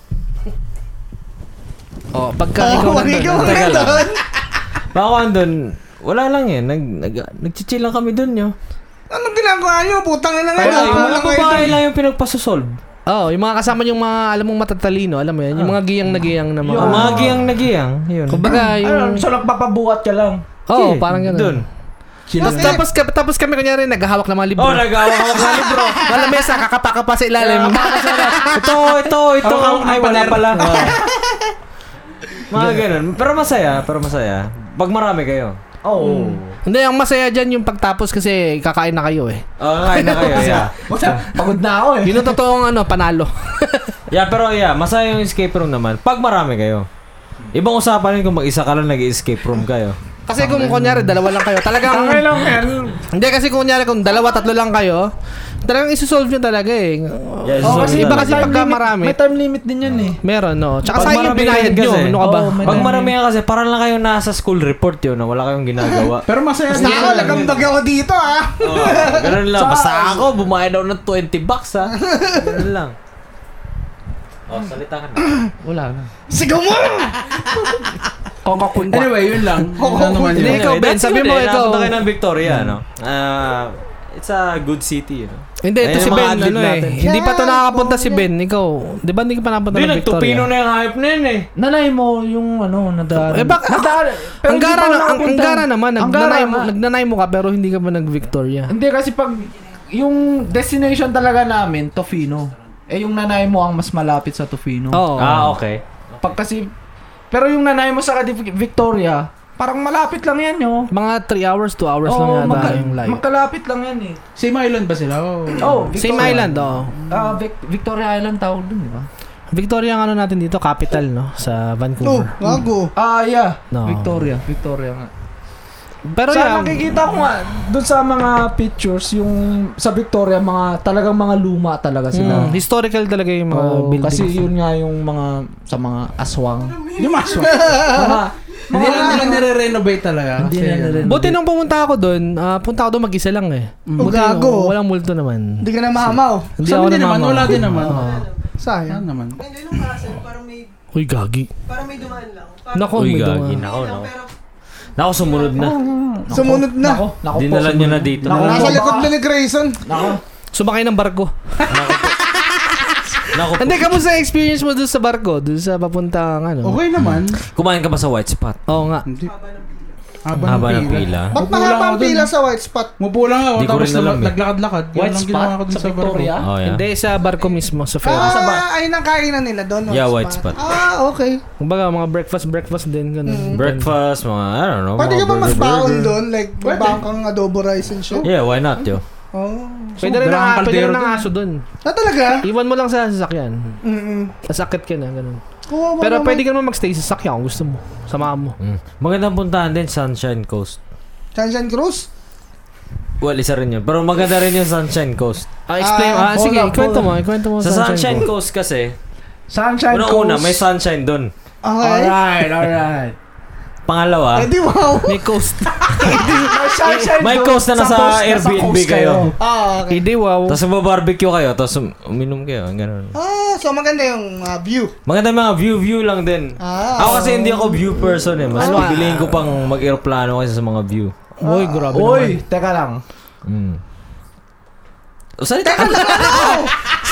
Oh, pagka Oo, ikaw wari ka nandun, mga tagal. doon. baka ako nandun, wala lang eh. Nag, nag, nagchichill lang kami dun, yo. Anong ginagawa nyo? Putang ina nga. Wala, lahat yung mo mga lang kayo. babae lang yung pinagpasosolve. oh, yung mga kasama yung mga alam mong matatalino, alam mo yan, yung mga giyang na giyang na mga. Yung mga giyang nagiyang, yun. Kumbaga Ano, yung so nagpapabuhat ka lang. Oh, parang gano'n. Dun. Tapos, Kasi- tapos, ka- tapos kami kunyari naghahawak ng mga libro. Oh, nag-awak ako sa libro. Wala mesa, kakapaka pa sa ilalim. ito, ito, ito. Hawak-hawak ng Ay, wala pader. pala. Oo. [LAUGHS] Mga ganun. Pero masaya, pero masaya. Pag marami kayo. Oo. Hindi, ang masaya dyan yung pagtapos kasi kakain na kayo eh. Oo, kain na kayo. Yeah. Pagod na ako eh. Yun ang totoong ano, panalo. [LAUGHS] [LAUGHS] yeah, pero yeah, masaya yung escape room naman. Pag marami kayo. Ibang usapan yun kung mag-isa ka lang nag-escape room kayo. Kasi kung kunyari, dalawa lang kayo, talagang... Hindi, kasi kung kunyari, kung dalawa, tatlo lang kayo, talagang isusolve nyo talaga eh. Yeah, Oh, so- kasi iba kasi Time pagka limit- marami. May time limit din yan eh. Meron, no? Tsaka Pag sa yung marami binayad yan nyo, kasi. ano ka ba? Oo, Oh, may Pag time marami ka kasi, parang lang kayo nasa school report yun na wala kayong ginagawa. Pero masaya Basta ako, lagambag ako dito ah. [LAUGHS] Oo, ganun lang. Basta ako, bumayad daw ng 20 bucks ha. Ganun lang. Oh, salita ka na. Wala na. Sigaw mo! Kokakun Anyway, yun [LAUGHS] lang. Yun lang naman Hindi, yun. ikaw, Ben, that's sabi good mo, ikaw. eh. Nakapunta kayo ng Victoria, no? Ah, it's a good city, you know? Hindi, ito Ayun, si mga Ben, adlib ano eh. natin. Hindi pa to nakakapunta si Ben. Ikaw, di ba hindi ka pa nakapunta Hindi, ng Victoria? nagtupino na yung hype na yun eh. Nanay mo yung ano, nadaan. Eh, bak- Nadaan- pero Ang hindi pa gara, na, ang, ang nakapunta. gara naman, Ang gara nagnanay mo, nga. nagnanay mo ka pero hindi ka ba nag-Victoria? Hindi kasi pag yung destination talaga namin, Tofino. Eh yung nanay mo ang mas malapit sa Tofino. Oo. Ah, okay. Pag kasi pero yung nanay mo sa Kadi- Victoria, parang malapit lang yan, yo. Mga 3 hours, 2 hours lang Oo, yata magka- yung live. magkalapit lang yan eh. Same island ba sila? Oh. Oh, Victoria. Same island, oo. Ah, Vic- Victoria Island tawag dun, di ba? Victoria ang ano natin dito, capital, no? Sa Oh, Vancouver. gago. Ah, yeah. No. Victoria, Victoria nga. Oh. Pero sa yan, nakikita ko nga, dun sa mga pictures, yung sa Victoria, mga talagang mga luma talaga mm, sila. historical talaga yung mga Hmm. Oo, buildings. kasi yun nga yung mga sa mga aswang. Yung [LAUGHS] maswa. mga, Hindi lang nila nire-renovate talaga. Hindi kasi na ano. nire- Buti nung pumunta ako doon, ah, punta ako doon mag-isa lang eh. Oh, Buti, gago. oh, walang multo naman. Hindi ka na mamaw. Hindi Sabi ako din naman, namamaw. wala din naman. Oo. Ano Sayang. naman? Ang ganun hassle, parang may, Uy, gagi. parang may dumaan lang. Parang, Nako, Uy, Oh, may dumaan. gagi na. Nako, Hindi lang, nako. pero Nako, sumunod na. Sumunod na. Nako, nako po, Dinalan nyo na sumunod. dito. Nako, Nasa nako, likod na ni Grayson. Nako. Sumakay ng barko. Nako, Hindi, kamusta yung experience mo doon sa barko? Doon sa papuntang ano? Okay naman. kumain ka ba sa white spot? Oo nga. Hindi. haba ng Haba ng pila. pila. Ba't Upo lang mahaba ang ako dun. pila sa white spot? Mupo lang ako, Hindi ko tapos rin alam eh. naglakad-lakad. Yun White lang spot ginawa ko dun sa sa barko. Victoria. Oh, yeah. Hindi, sa barko mismo, sa ferry. Ah, ayun ang kainan nila doon. Yeah, white spot. Ah, okay. Kumbaga, mga breakfast, breakfast din, Hmm. ganun. Breakfast, mga, I don't know. Pwede mga ka ba mas burger, baon burger. doon? Like, baon kang adobo rice and shit? Yeah, why not, yo? Oh. Pwede rin Sobrang ang, pwede rin kaldero ang aso doon. Ah, talaga? Iwan mo lang sa sasakyan. Mm-mm. Sasakit ka na, ganun. Kuha mo Pero naman. pwede ka naman magstay sa sasakyan kung gusto mo. Samahan mo. Mm. Magandang puntahan din, Sunshine Coast. Sunshine Cruz? Well, isa rin yun. Pero maganda rin yung Sunshine Coast. Ah, explain. Ah, Ah, sige, hold up, kwento hold mo. Kwento mo. Sa Sunshine Coast kasi, Sunshine unang-una, Coast. may sunshine doon. Okay. Alright, alright. Pangalawa, Eh di wow. May coast. may sunshine May doon, coast na nasa tapos Airbnb coast kayo. Ah, okay. Hindi, wow. tapos mabarbecue kayo, tapos um- uminom kayo, ganun. Ah, so maganda yung ah, view. Maganda mga view-view lang din. Ah. Ako kasi hindi ako view person eh. Mas Ano? pipiliin ko pang mag-aeroplano kaysa sa mga view. Uy, grabe Uy, naman. teka lang. Mm. O, salita ka na!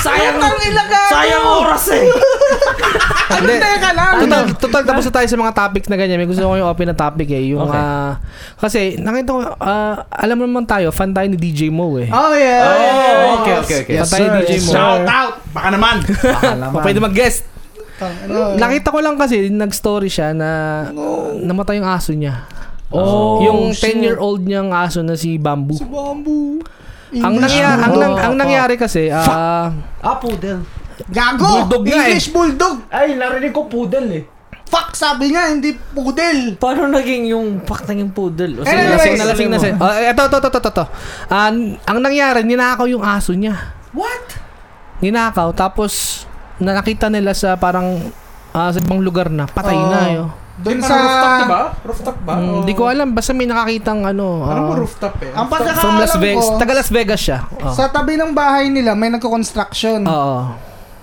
Sayang! Ang ilaga! Sayang oras eh! Ano teka lang? Total, total tapos na tayo sa mga topics na ganyan. May gusto ko yung open na topic eh. Yung, Okay. ah, kasi, nakita ko, ah, alam mo naman tayo, fan tayo ni DJ Mo eh. Oh yeah. Oh, okay, okay, okay. fan tayo ni DJ Mo. Shout out! Baka naman! O, pwede mag-guest. Tang, ano, Nakita ko lang kasi, nag-story siya na namatay yung aso niya. Oh, yung shit. 10-year-old niyang aso na si Bamboo. Si Bambu. Ang English nangyari, ang, bulldog. nang- ang nangyari kasi, ah, Ah, poodle. Gago! bulldog nga eh. English bulldog! Ay, narinig ko poodle eh. Fuck, sabi niya, hindi poodle. Paano naging yung paktang yung poodle? O, Eh, sige, lasing Anyways, na lasing na siya. Oh, eto, to, to, to, to, to. Ah, n- ang nangyari, ninakaw yung aso niya. What? Ninakaw, tapos na nakita nila sa parang ah, sa ibang lugar na, patay Oo. na yun. Doon Yung sa... parang rooftop, diba? di ba? Rooftop ba? Mm, Hindi ko alam, basta may nakakitang ano. Parang ah, rooftop eh. Ang pagkakaalam from Las Vegas. Oh. ko, Taga Las Vegas siya. Oo. sa tabi ng bahay nila, may nagko-construction. Oo.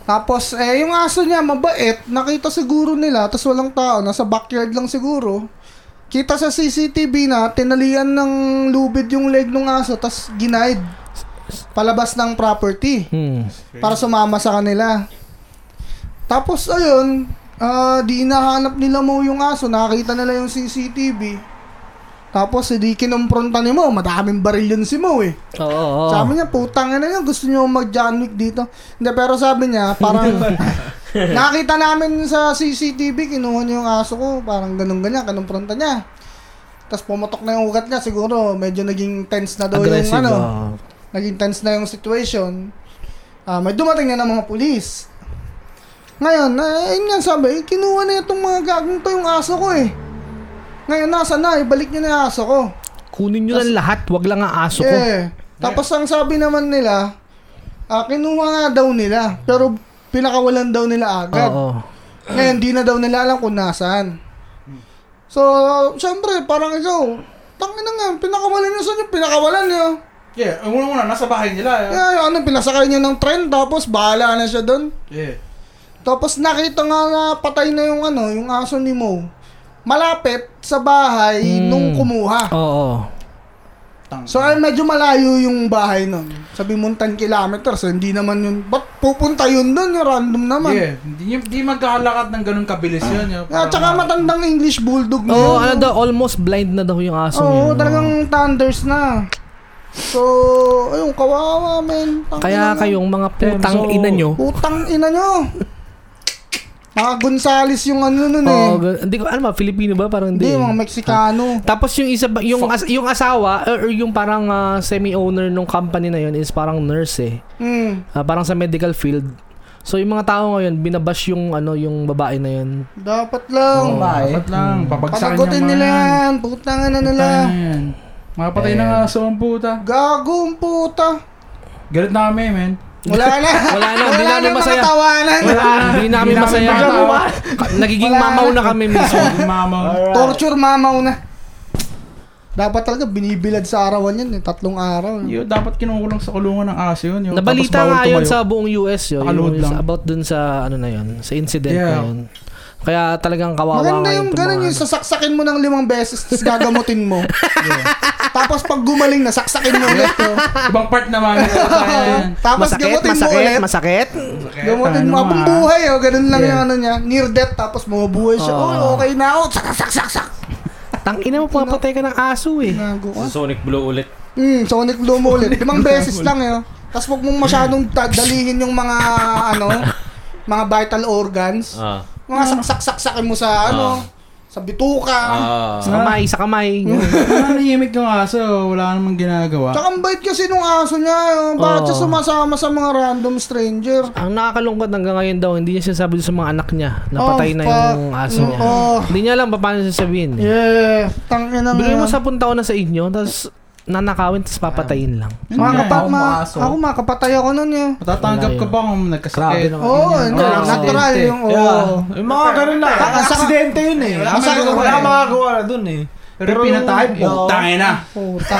Tapos, eh, yung aso niya, mabait. Nakita siguro nila, tapos walang tao. Nasa backyard lang siguro. Kita sa CCTV na, tinalian ng lubid yung leg ng aso, tapos ginaid. Palabas ng property. Hmm. Para sumama sa kanila. Tapos, ayun, ah, di inahanap nila mo yung aso. Nakakita nila yung CCTV. Tapos, hindi kinumpronta ni Mo. Madaming baril yun si Mo eh. Oo. oo. Sabi niya, putang ina niya, gusto niyo mag-John Wick dito. Hindi, pero sabi niya, [LAUGHS] parang nakita namin sa CCTV, kinuha niya yung aso ko, parang ganun ganyan, kanumpronta niya. Tapos pumotok na yung ugat niya, siguro medyo naging tense na daw Aggressive. yung ah. ano, oo. naging tense na yung situation. Ah, may dumating na ng mga pulis. Ngayon, eh, yun nga sabi, eh, kinuha na itong mga gagawin to yung aso ko eh. Ngayon, nasa na, ibalik niya na yung aso ko. Kunin nyo lang lahat, wag lang ang aso ko. Eh, tapos ang sabi naman nila, ah, kinuha nga daw nila, pero pinakawalan daw nila agad. Oo. Ngayon, di na daw nila alam kung nasaan. So, syempre, parang ikaw, tangin na nga, pinakawalan niya saan yung pinakawalan niya. Yeah, ang una-una, nasa bahay nila. Kaya ano, pinasakay niya ng tren, tapos bahala na siya doon. Yeah. Tapos nakita nga na patay na yung ano, yung aso ni Mo. Malapit sa bahay Hmm. nung kumuha. Oo. So ay medyo malayo yung bahay nun. Sabi mo 10 kilometers, eh, hindi naman yun. Ba't pupunta yun dun? Yung random naman. Yeah, hindi, hindi magkakalakad ng ganun kabilis yun. Yung, Ah, At saka matandang English bulldog na yun. Oo, ano daw, almost blind na daw yung aso. Oo, yun. talagang thunders na. So, ayun, kawawa, men. Tang ina Kaya nyo. kayong mga putang so- ina nyo. Putang ina nyo. Mga Gonzales yung ano nun eh. Oo, gan- hindi ko, ano ba, Filipino ba? Parang Hindi, hindi. eh. mga Meksikano. Tapos yung isa ba, yung, as- yung asawa or, or yung parang ah, semi-owner nung company na yun is parang nurse eh. Mm. Ah, parang sa medical field. So yung mga tao ngayon binabash yung ano yung babae na yun. Dapat lang. Oh, dapat lang. Hmm. Papagsakan Panagutin niya nila man. yan. Putang ano ina nila. Ayan. Mapatay na nga aso ang puta. Gago ang puta. Galit na kami, [LAUGHS] men. Wala na. Wala na, di namin nang masaya. nakatawanan. Hindi namin Hindi namin masaya. makatawa. Ka- Nagiging Wala mamaw na na. kami [LAUGHS] mismo. Mamaw. Torture mamaw na. Dapat talaga binibilad sa arawan yan eh. Tatlong araw. Yo, dapat kinukulong sa kulungan ng aso yun. Yung, Nabalita tapos bawal nga yun tumayo. sa buong US yun. Nakaload yung sa- lang. about dun sa ano na yun, sa incident na Yeah. yun. Kaya talagang kawawa Maganda nga yung itong ganun mga yung ano. sasaksakin mo ng limang beses tapos gagamutin mo. Tapos pag gumaling na, saksakin mo ulit. oh. Ibang part [LAUGHS] naman. [LAUGHS] Tapos Masakit, gamutin mo masakit, ulit. masakit. Gamutin mo. Ano, Habang ah. buhay, oh, ganun lang Yeah. yung ano niya. Near death, tapos mabubuhay siya. Oo. Oh, okay na. Oh, sak, sak, sak, sak. Tangina mo, papatay ka ng aso eh. Nago ka. Sonic Blue ulit. Mm, Sonic Bloom mo ulit. Limang beses lang yun. Tapos huwag mong masyadong ta- dalihin yung mga, ano, mga vital organs. Ah. Mga saksak-saksakin mo Ah. sa, ano, sa bituka. Ah. Sa kamay, sa kamay. Mm. Nanahimik yung aso. Wala namang ginagawa. Tsaka ang bait kasi nung aso niya. oh. Bakit siya Oo. sumasama sa mga random stranger? Ang nakakalungkot hanggang ngayon daw, hindi niya sinasabi sa mga anak niya. Napatay Oh, na fuck. yung aso niya. Oo. Hindi niya alam pa paano sasabihin. Eh. Yeah. Tangin na Bigay mo nga. sa taon na sa inyo, tapos nanakawin, tapos papatayin lang. Mga kapat, Ako, ma- aso. ako makapatay ako nun yun. Matatanggap Wala ka yun. ba kung nagkasakit? Grabe Oo, oh, Oo, natural aksidente. yung, oh. oo. Yung mga ganun na. ah, Ang sakit- Aksidente yun eh. Wala Ang sakit magagawa wala eh. makagawa na dun eh. Pero pinatay, yung- putang ina. Puta.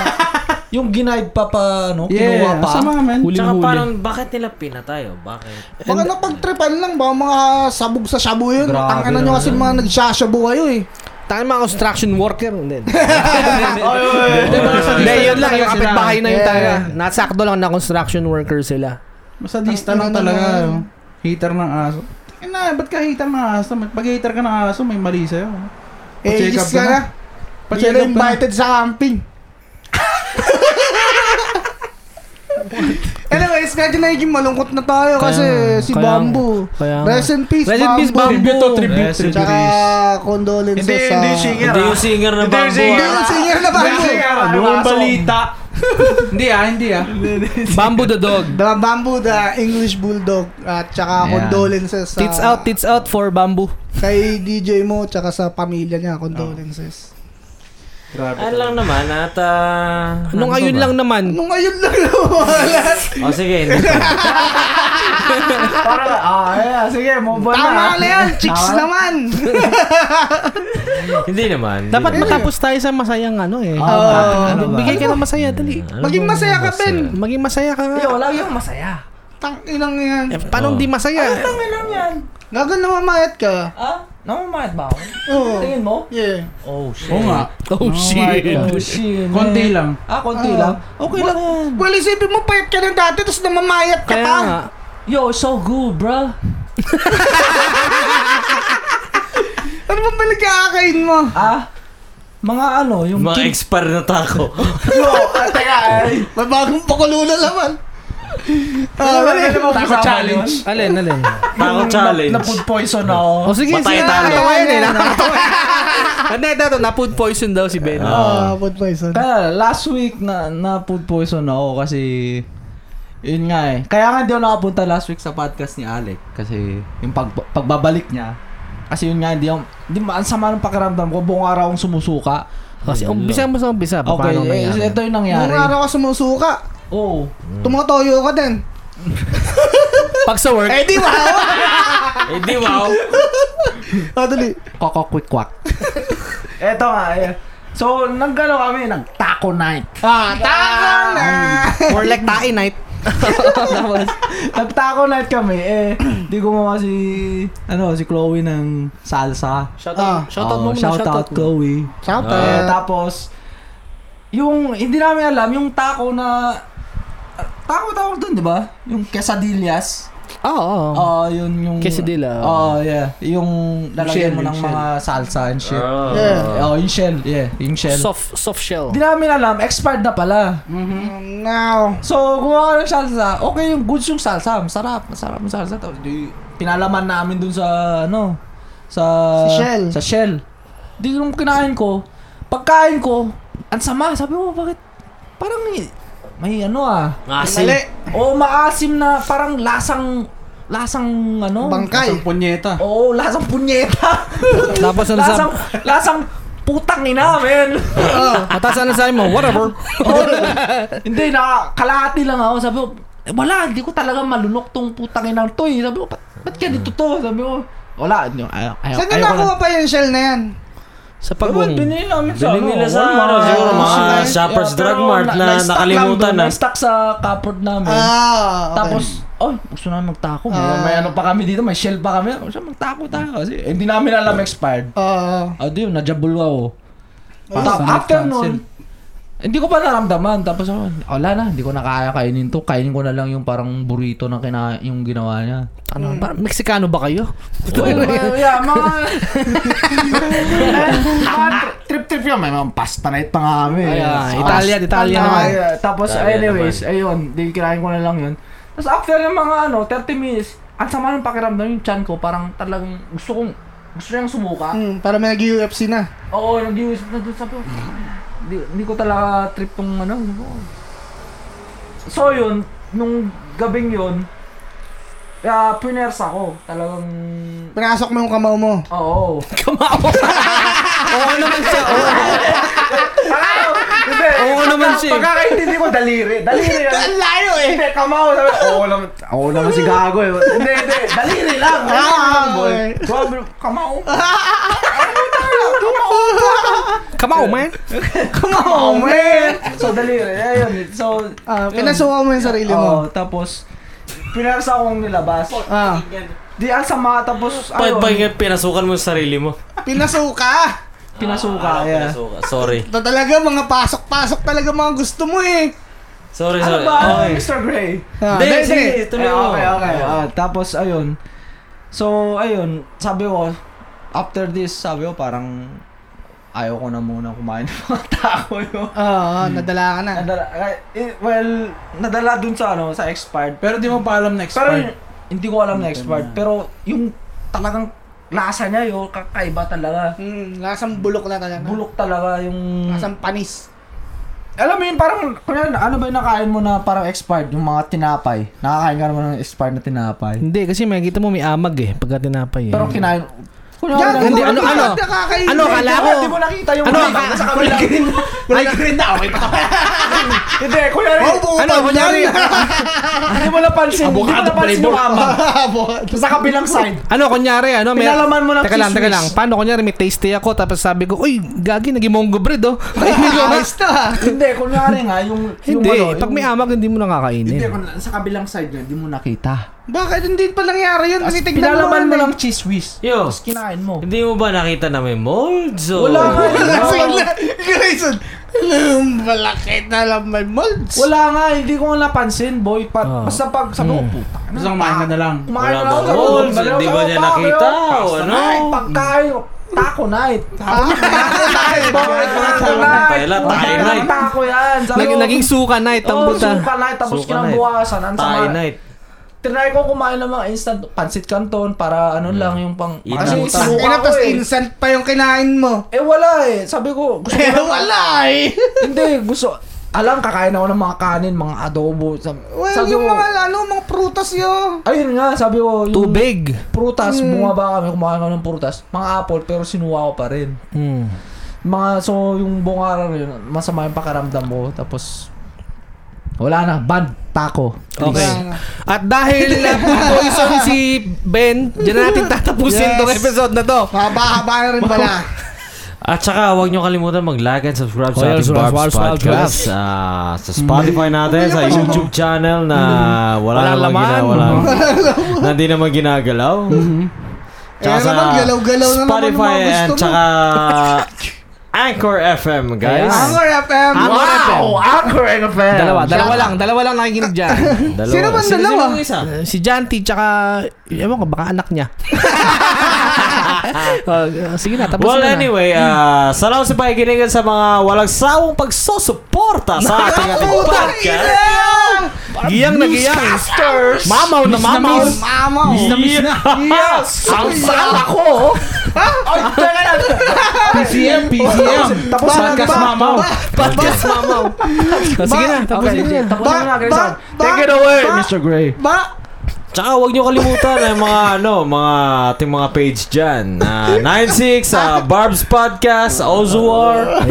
Yung ginaid pa pa, no? Oh, Kinuha Yeah, pa. sama man. Tsaka Huling-huli. parang bakit nila pinatay? Oh? Bakit? Baka napagtripan lang, baka mga sabog sa shabu yun. Tangin na nyo kasi mga nagsashabu kayo eh. Tayo mga construction worker. Hindi, Oy, oy, oy. diba, Hindi, yun lang. Yung Sila. kapitbahay na yun Yeah. talaga. Nasakto lang na construction worker sila. Masadista lang Tangina talaga. naman. oh. Hater ng aso. Eh na, ba't ka hater ng aso? Pag hater ka ng aso, may mali sa'yo. Eh, Pa-check up gis ka ka na. na. Hindi ka na up ka na. invited sa camping. Anyways, medyo nagiging malungkot na tayo kasi Kaya nga. si Kaya Bambo. nga. Kaya nga. Rest in peace, Rest in peace, Bambo. Bambo. tribute, Rest in Tsaka condolences Hindi, sa... hindi singer. Hindi yung singer na Hindi yung Hindi bambu. singer. ah. yung singer na Bambo. Ano ang balita? [LAUGHS] Hindi ah, hindi ah. Bamboo the dog. The Bambo, the English Bulldog. At tsaka Ayan. condolences sa... Tits out, tits out for bamboo. Kay DJ mo, tsaka sa pamilya niya, condolences. Ano lang naman at ah, Nung ano ba ayun ba? lang naman, Oh, Nung ayun lang nawalan. O sige, hindi. Parang, ah, eh, sige, move on na. Tama na yan, chicks Tama. naman. Hindi naman. Dapat hindi naman. matapos tayo sa masayang ano eh. Ah, Oo, Oo. ano ba? Bigay diba? ka ng masaya, dali. Ano Maging bang masaya ka, Ben. Maging masaya ka nga. Hindi, wala yung masaya. Tang inang yan. Eh, paano hindi masaya? Ang ilang yan. Gagan na mamayat ka. Ha? Namamayat ba ako? Oo. Tingin mo? Yeah. Oh, shit. Oo nga. Oh, shit. Oh, shit. Konti lang. Ah, konti Ah. lang? Okay lang yan. Well, isipin mo, payat ka na dati, tapos namamayat ka Kaya pa. nga. Yo, so good, bro. Ano bang pinagkakain mo? Ah, mga ano, yung [LAUGHS] Mga kin- expire na taco. Yo, teka, ay. May bagong pakulo na naman. Ano Ah, ba, dali. ano ba, kasama challenge. yun? Alin, [LAUGHS] alin. taco challenge. Na food poison ako. O sige, sige. Patay tayo. Nakakatawa yun [LAUGHS] eh. Ayan, Nakakatawa. Hindi, ito, ito. Na-food poison daw si Ben. Ah, food poison. Kaya last week na na food poison ako kasi yun nga eh. Kaya nga hindi ako nakapunta last week sa podcast ni Alec kasi yung pag, pagbabalik niya. Kasi yun nga hindi ako, hindi ma- ang sama ng pakiramdam ko buong araw akong sumusuka. Kasi umpisa mo sa umpisa. pa, Okay, Paano eh, nangyari? ito yung nangyari. Oh. Nung araw ka sumusuka, Oo. Hmm. tumotoyo ka din. Pag sa work, Eh di wow! [LAUGHS] Eh, di wow. Ah, dali. Kokokwik kwak. [LAUGHS] Eto nga eh. So, nagano kami, nagtaco night. Ah, tama [LAUGHS] na! or like tae [LAUGHS] night. Tapos, nagtaco night kami, eh, di gumawa si, ano, si Chloe ng salsa. Shout Ah. out. Shout out mo Oo, muna. shout out, mo. Ah. Chloe. Shout Eh, Ah. out. tapos, yung, hindi namin alam, yung taco na, ah, taco tawag dun, di ba? Yung quesadillas. Oo. oo. Oo, yun yung... Oh. Quesadilla. Oo, yeah. Yung lalagyan shell, mo yung ng mga salsa and Ah. shit. Ah. Oo, Yeah. yung shell. Yeah, yung shell. Soft, soft shell. Hindi namin alam, expired na pala. Now. So, gumawa ka ng salsa. Okay, yung goods yung salsa. Masarap, masarap yung salsa. Tapos, di, pinalaman namin dun sa, ano, sa... Sa shell. Sa shell. Di nung kinain ko, pagkain ko, ang sama. Sabi ko, bakit? Parang may, may ano ah. Asin. Mali. O maasim na parang lasang, lasang ano? Bangkay. Isang punyeta. Oo, lasang punyeta. Tapos ano sa... lasang, lasang putang ina, men. Ah, Tapos ano sabi mo? Whatever. Oo. hindi, nakakalahati lang ako. Sabi ko, "Eh, wala, hindi ko talaga malunok tong putang inang to eh. Sabi ko, ba't, ba't ganito to? Sabi ko, wala. Ayaw, ayaw, ayaw, Saan ayaw ko na na. nakuha pa yung shell na yan? Sa Pagod, pagong. binili namin sa Bili nila sa Walmart. ano, siguro mga Ah, shoppers Yeah, drug pero mart na na-stock lang nakalimutan doon, na. Na-stock sa cupboard namin. Ah, okay. Tapos, oh, gusto namin magtako. May, Ah. may ano pa kami dito, may shell pa kami. Gusto magtako tayo kasi. eh, Hindi namin alam expired. Ah, Ah, di yun, najabul ako. Ayun. Tapos Sana after nag-cancel. nun, hindi ko pa naramdaman. Tapos ako, wala na, hindi ko na kaya kainin to. Kainin ko na lang yung parang burrito na kina yung ginawa niya. Ano, Hmm. parang Mexicano ba kayo? yeah, mga... Trip-trip yun, may mga pasta night pa nga eh. Ah, kami. Ayan, Italian, Italian naman. Ah, tapos Italian anyways, ayun, di kinain ko na lang yun. Tapos after ng mga ano, 30 minutes, ang sama ng pakiramdam yung chan ko, parang talagang gusto kong, gusto niyang sumuka. hmm, para may nag-UFC na. Oo, nag-iwis na doon. Sabi ko, hindi, hindi ko talaga trip tong ano. sabi ko. So yun, nung gabing yun, uh, piners ako. Talagang, Pinasok mo yung kamao mo. oo. [LAUGHS] Oo naman siya. oo. Kamao! Hindi, Oo naman siya. eh. Pagkakaintindi ko, daliri. Daliri lang. Ang layo eh! Hindi, kamao. Sabi, ko, oo naman, oo naman si Gago eh. Hindi, hindi. Daliri lang. Daliri lang, boy. Ah, okay. Sabi ko, kamao. Come on, man. Kamao, man. So, daliri. Ayun. So, Oh, Ah, yun. pinasuka mo yung sarili Oo, mo. tapos, piners akong nilabas. Ah, Di ang sama tapos ano, Pag ayun, pag pinasukan mo sa sarili mo. pinasuka! pinasuka. Ah, yeah. pinasukan. Sorry. Ito talaga, mga pasok-pasok talaga mga gusto mo eh. Sorry, Ano sorry. ba, Okay. Mr. Gray? Ah, Hindi, then, sige, sige. tuloy Eh, mo. okay, okay. Ah, tapos, ayun. So, ayun, sabi ko, after this, sabi ko, parang ayaw ko na muna kumain [LAUGHS] ng mga tao yun. Oo, oo, Ah, nadala ka na. Nadala, eh, well, nadala dun sa ano, sa expired. Pero di mo pa alam na Pero expired. yun- hindi ko alam na expired, pero yung talagang lasa niya yun, kakaiba talaga. Mm, lasang bulok na talaga. Bulok talaga yung... Lasang panis. Alam mo yun, parang, kunyari, ano ba yung nakain mo na parang expired? Yung mga tinapay. Nakakain ka naman ng expired na tinapay. Mm. Hindi, kasi makikita mo may amag eh. Pagka tinapay eh. Pero kinain, Gago, Hindi, mga ano, ano? bigat, nakakainit. Ano, akala ko? Hindi eh, mo nakita yung Ano, ano, mga sa kamila. Wala ka rin na, okay pa ka. Hindi, kunyari, Wow, buo Ano, pa kunyari? yan. hindi mo napansin. Hindi mo Avocado napansin flavor. yung amang. Sa kabilang side. [LAUGHS] Ano, kunyari, ano, may... Pinalaman mo ng Teka lang, teka kismis. lang. Paano, kunyari, may tasty ako, tapos sabi ko, uy, gagi, naging monggo bread, oh. [LAUGHS] Kainin ko na. Ayos na. Hindi, kunyari nga, yung... Ah, yung Hindi, ano, pag may yung- amag, hindi mo Hindi, nakakainin. kun- sa kabilang side yun, hindi mo nakita. Bakit hindi pa nangyari yun? Tapos Tinitignan pinalaman mo naman eh. ng cheese whiz. Yo, Tapos kinain mo. hindi mo ba nakita na may molds? oh? o- Wala [LAUGHS] nga. eh. Lasing na. Grayson, um, malaki na lang may molds. Wala nga, eh, hindi ko nga napansin, boy. Pa, Ah. Basta pag Hmm. sabi ko, puta. Gusto kong kumain ka na lang. Kumain Wala na ba ako. sabi ko, molds? baliw Hindi sa ba ako, niya pa, nakita? kayo. O ano? Ay, pagkain. Taco night. Taco Ah. night. boy. Taco night. Paella, taco Kumain ng night. Taco yan. Sabi Nag- ko, eh. naging suka na itang oh, buta. eh. suka night. Tapos Suka kinabukasan. Ang sama. eh. Tayo night. Tinry ko kumain ng mga instant pancit canton para Hmm. ano lang yung pang... Inang Kasi utang. suka Ina, ko tapos eh. instant pa yung kinain mo. Eh wala eh. Sabi ko, gusto [LAUGHS] Eh, wala eh. Hindi, gusto. Alam, kakain ako ng mga kanin, mga adobo. Sabi, Well, sabi yung ko, mga ano, mga prutas yun. ayun nga, sabi ko, yung Tubig. prutas, Hmm. bumaba kami, kumain kami ng prutas. Mga apple, pero sinuwa ko pa rin. Hmm. Mga, so, yung buong araw yun, masama yung pakaramdam mo. Tapos, wala na, ban, taco. Okay. At dahil na food poison si Ben, dyan na natin tatapusin Yes. tong episode na to. Haba-haba na rin pala. At saka huwag nyo kalimutan mag-like and subscribe Oh, sa yes, ating yes, Barb's yes, yes, Podcast. ah, sa Spotify Mm. natin, sa YouTube channel na wala Walang namang laman. gina- wala na hindi naman ginagalaw. Mm-hmm. Kaya naman, galaw-galaw na naman Spotify yung mga gusto and mo. tsaka Anchor FM, guys. Anchor FM. Wow! Anchor FM! Dalawa, dalawa lang, dalawa lang nakikinig dyan. [LAUGHS] Dalawa. Sino bang dalawa? Sino, isa? Eh, si Janty, tsaka, ewan ko, baka anak [LAUGHS] niya. Oh, sige na, tapos Well, na na. anyway, ah, salamat sa pakikinigan sa mga walang sawang pagsusuporta sa ating ating podcast. Giyang na giyang. Mamaw na mamaw. Mama. Miss na miss na. Yes! Ang sala ko! Ay, teka lang! PCM, PCM. Tapos, Podcast mamaw. Podcast mamaw. Oh, sige na, tapusin Okay, na. tapos na na, Grayson. Ba- ba- Take it away, ba- Mr. Gray. Ba? [LAUGHS] Tsaka huwag nyo kalimutan ang mga ano, mga ating mga page dyan. Ah, Na 96 sa ah, Barb's Podcast, sa Ozuar.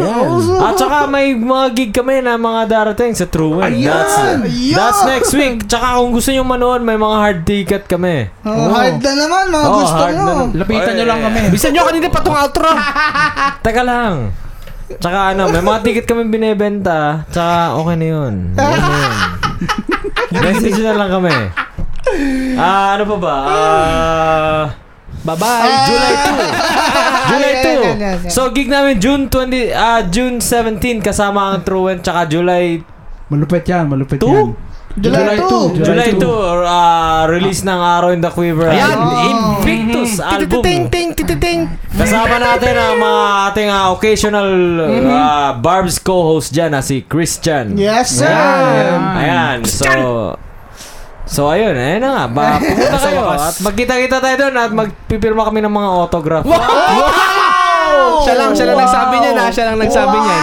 At saka may mga gig kami na mga darating sa True Wind. That's, Ayan! that's next week. Tsaka kung gusto nyo manood, may mga hard ticket kami. Oh, hard na naman, mga Oh, gusto hard mo. na naman. Lapitan nyo lang kami. Bisa nyo kanina pa tong outro. Teka lang. Tsaka ano, may mga ticket kami binebenta. Tsaka okay na yun. Okay na yun. Message na lang kami. Ah, ano pa ba? Ah... Bye-bye. July 2. Ayan, July ayan, ayan, ayan. 2. So gig namin June 20 ah June 17 kasama ang Truant tsaka July Malupit yan, malupit Two? yan. July 2. July 2 or ah, release ng Arrow in the Quiver. Ayan. Ah, Invictus album. Ting, tititing. Kasama natin ang mga ating ah, occasional ah, Barb's co-host diyan na si Christian. Yes, sir. Ayan. So So ayun, ayun na nga. Ba, pumunta kayo at magkita-kita tayo doon at magpipirma kami ng mga autograph. Siya lang, siya lang nagsabi niya na. Siya lang nagsabi niya.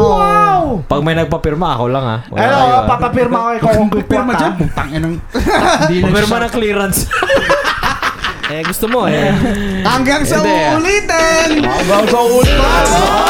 Wow! Pag may nagpapirma ako lang ah. Wala Ano, kayo, ah. papapirma ko ikaw ang Pirma dyan, putang ina ng... Hindi na Pumirma siya- ng clearance. Eh, gusto mo eh. Hanggang sa Hindi, ah. uulitin. Hanggang sa ulit.